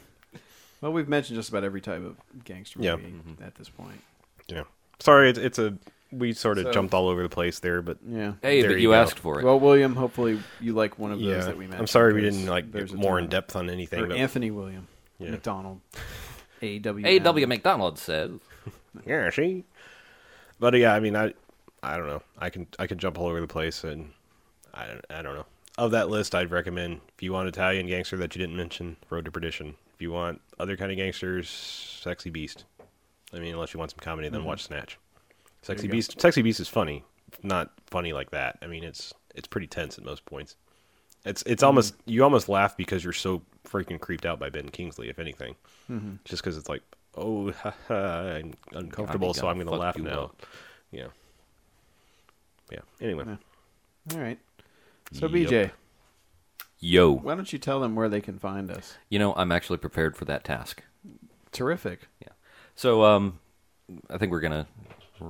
Speaker 4: Well, we've mentioned just about every type of gangster movie
Speaker 2: Yeah. Mm-hmm.
Speaker 4: at this point.
Speaker 2: yeah. Sorry, it's it's a we sort of
Speaker 4: So-
Speaker 2: jumped all over the place there, but
Speaker 4: Yeah.
Speaker 3: Hey,
Speaker 2: There
Speaker 3: but
Speaker 2: you
Speaker 3: you,
Speaker 2: go.
Speaker 3: asked for it.
Speaker 4: Well, William, hopefully you like one of those
Speaker 2: yeah,
Speaker 4: that we mentioned.
Speaker 2: I'm sorry we
Speaker 4: because
Speaker 2: didn't like
Speaker 4: there's
Speaker 2: get
Speaker 4: a
Speaker 2: more
Speaker 4: ton.
Speaker 2: in depth on anything.
Speaker 4: Or
Speaker 2: But
Speaker 4: Anthony William
Speaker 2: Yeah.
Speaker 4: McDonald. A.W.
Speaker 3: A.W. McDonald says.
Speaker 2: yeah, she. But yeah, I mean, I I don't know. I can I can jump all over the place, and I don't I don't know. Of that list, I'd recommend if you want Italian gangster that you didn't mention, Road to Perdition. If you want other kind of gangsters, Sexy Beast. I mean, unless you want some comedy, then watch Snatch. Sexy Beast. Sexy Beast is funny, not funny like that. I mean, it's it's pretty tense at most points. It's it's almost you almost laugh because you're so freaking creeped out by Ben Kingsley. If anything, just because it's like, oh, ha, ha, I'm uncomfortable, so
Speaker 3: gonna
Speaker 2: I'm going to
Speaker 3: fuck
Speaker 2: laugh
Speaker 3: you
Speaker 2: now.
Speaker 3: up.
Speaker 2: Yeah. Yeah. Anyway,
Speaker 4: Yeah. All right. So,
Speaker 2: Yep.
Speaker 4: BJ,
Speaker 3: Yo.
Speaker 4: why don't you tell them where they can find us?
Speaker 3: You know, I'm actually prepared for that task.
Speaker 4: Terrific.
Speaker 3: Yeah. So um, I think we're gonna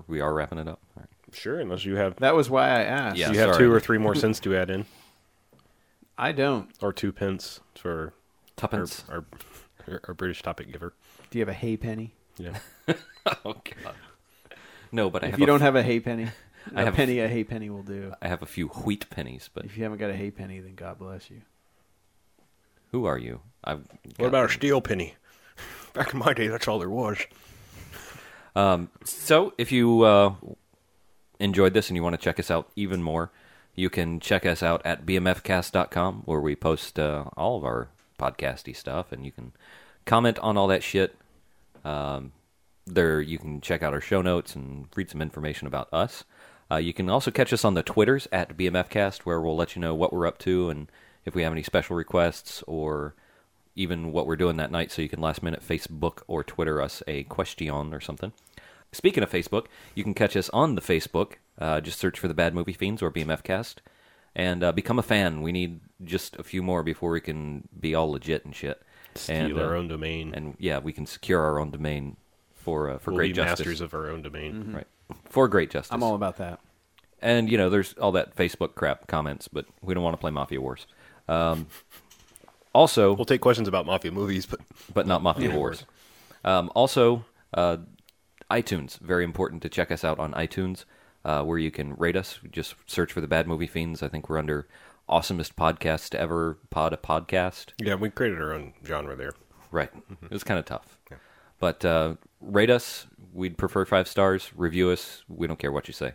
Speaker 3: we are wrapping it up. All right.
Speaker 2: Sure, unless you have
Speaker 4: That was why I asked.
Speaker 3: Yeah.
Speaker 2: you have
Speaker 3: sorry.
Speaker 2: two or three more cents to add in,
Speaker 4: I don't.
Speaker 2: or two pence for our,
Speaker 3: Tuppence.
Speaker 2: our, our British topic giver.
Speaker 4: Do you have a hay penny?
Speaker 2: Yeah.
Speaker 3: Oh God. No, but I
Speaker 4: If
Speaker 3: have
Speaker 4: you
Speaker 3: a-
Speaker 4: don't have a hay penny,
Speaker 3: I
Speaker 4: a
Speaker 3: have-
Speaker 4: penny a hay penny will do.
Speaker 3: I have a few wheat pennies, but
Speaker 4: If you haven't got a hay penny, then God bless you.
Speaker 3: who are you? I've
Speaker 2: What
Speaker 3: got-
Speaker 2: about a steel penny? Back in my day, that's all there was.
Speaker 3: So, if you uh, enjoyed this and you want to check us out even more, you can check us out at bmfcast.com where we post uh, all of our podcasty stuff and you can comment on all that shit. Um, there, you can check out our show notes and read some information about us. Uh, you can also catch us on the Twitters at bmfcast where we'll let you know what we're up to and if we have any special requests or even what we're doing that night so you can last minute Facebook or Twitter us a question or something. Speaking of Facebook, you can catch us on the Facebook. Uh, just search for the Bad Movie Fiends or BMF Cast and uh, become a fan. We need just a few more before we can be all legit and shit.
Speaker 2: Steal
Speaker 3: and,
Speaker 2: our
Speaker 3: uh,
Speaker 2: own domain.
Speaker 3: And yeah, we can secure our own domain for uh, for
Speaker 2: we'll
Speaker 3: great
Speaker 2: be
Speaker 3: justice. Mm-hmm.
Speaker 2: masters of our own domain.
Speaker 3: right. For great justice.
Speaker 4: I'm all about that.
Speaker 3: And you know, there's all that Facebook crap comments, but we don't want to play Mafia Wars. Um, also,
Speaker 2: We'll take questions about mafia movies, but
Speaker 3: but not Mafia Wars. Um, also, uh, iTunes. Very important to check us out on iTunes, uh, where you can rate us. Just search for the Bad Movie Fiends. I think we're under awesomest podcast to ever pod a podcast.
Speaker 2: yeah, we created our own genre there.
Speaker 3: Right.
Speaker 2: Mm-hmm.
Speaker 3: It was kind of tough. But uh, rate us. We'd prefer five stars. Review us. We don't care what you say.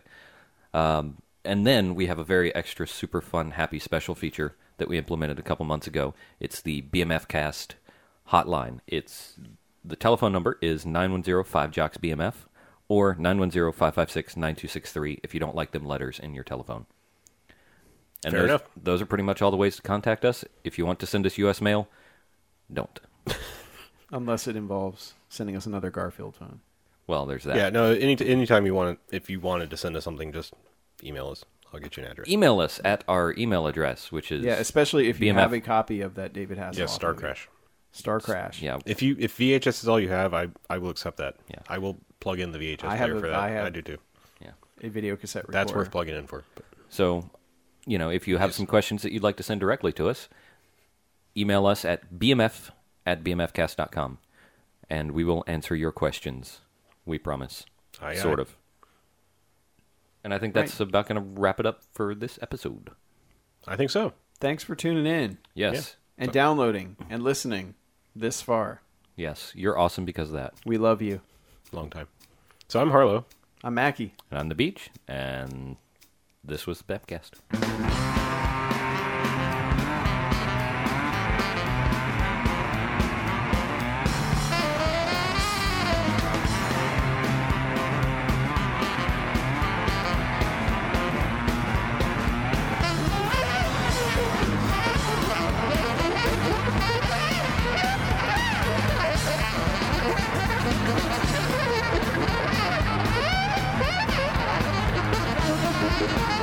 Speaker 3: Um, and then we have a very extra, super fun, happy special feature that we implemented a couple months ago. It's the BMF Cast hotline. It's the telephone number is 910-5JOCKS-BMF or 910-556-9263 if you don't like them letters in your telephone. And
Speaker 2: Fair
Speaker 3: those,
Speaker 2: enough.
Speaker 3: those are pretty much all the ways to contact us. If you want to send us U.S. mail, don't.
Speaker 4: Unless it involves sending us another Garfield phone.
Speaker 3: Well, there's that.
Speaker 2: Yeah, no. Any anytime you want, to, if you wanted to send us something, just email us. I'll get you an address.
Speaker 3: Email us at our email address, which is
Speaker 4: Yeah, especially if you
Speaker 3: BMF.
Speaker 4: have a copy of that David Hasselhoff.
Speaker 2: yes, Star
Speaker 4: movie.
Speaker 2: Crash.
Speaker 4: Star Crash.
Speaker 3: yeah,
Speaker 2: If you if VHS is all you have, I I will accept that.
Speaker 3: Yeah.
Speaker 2: I will plug in the VHS
Speaker 4: I have
Speaker 2: player
Speaker 4: a-
Speaker 2: for that.
Speaker 4: I
Speaker 2: I,
Speaker 4: have-
Speaker 2: do too.
Speaker 3: yeah.
Speaker 4: A video cassette recorder.
Speaker 2: That's worth plugging in for.
Speaker 3: So, you know, if you have some questions that you'd like to send directly to us, email us at bmf at bmfcast.com, and we will answer your questions. We promise,
Speaker 2: Aye,
Speaker 3: sort
Speaker 2: aye.
Speaker 3: of. And I think that's about going to wrap it up for this episode.
Speaker 2: I think so.
Speaker 4: Thanks for tuning in
Speaker 3: Yes,
Speaker 4: and downloading and listening this far.
Speaker 3: yes, you're awesome because of that.
Speaker 4: We love you.
Speaker 2: Long time. So I'm Harlow.
Speaker 4: I'm Mackie.
Speaker 3: And on the beach, and this was the Bepcast.
Speaker 6: Thank you.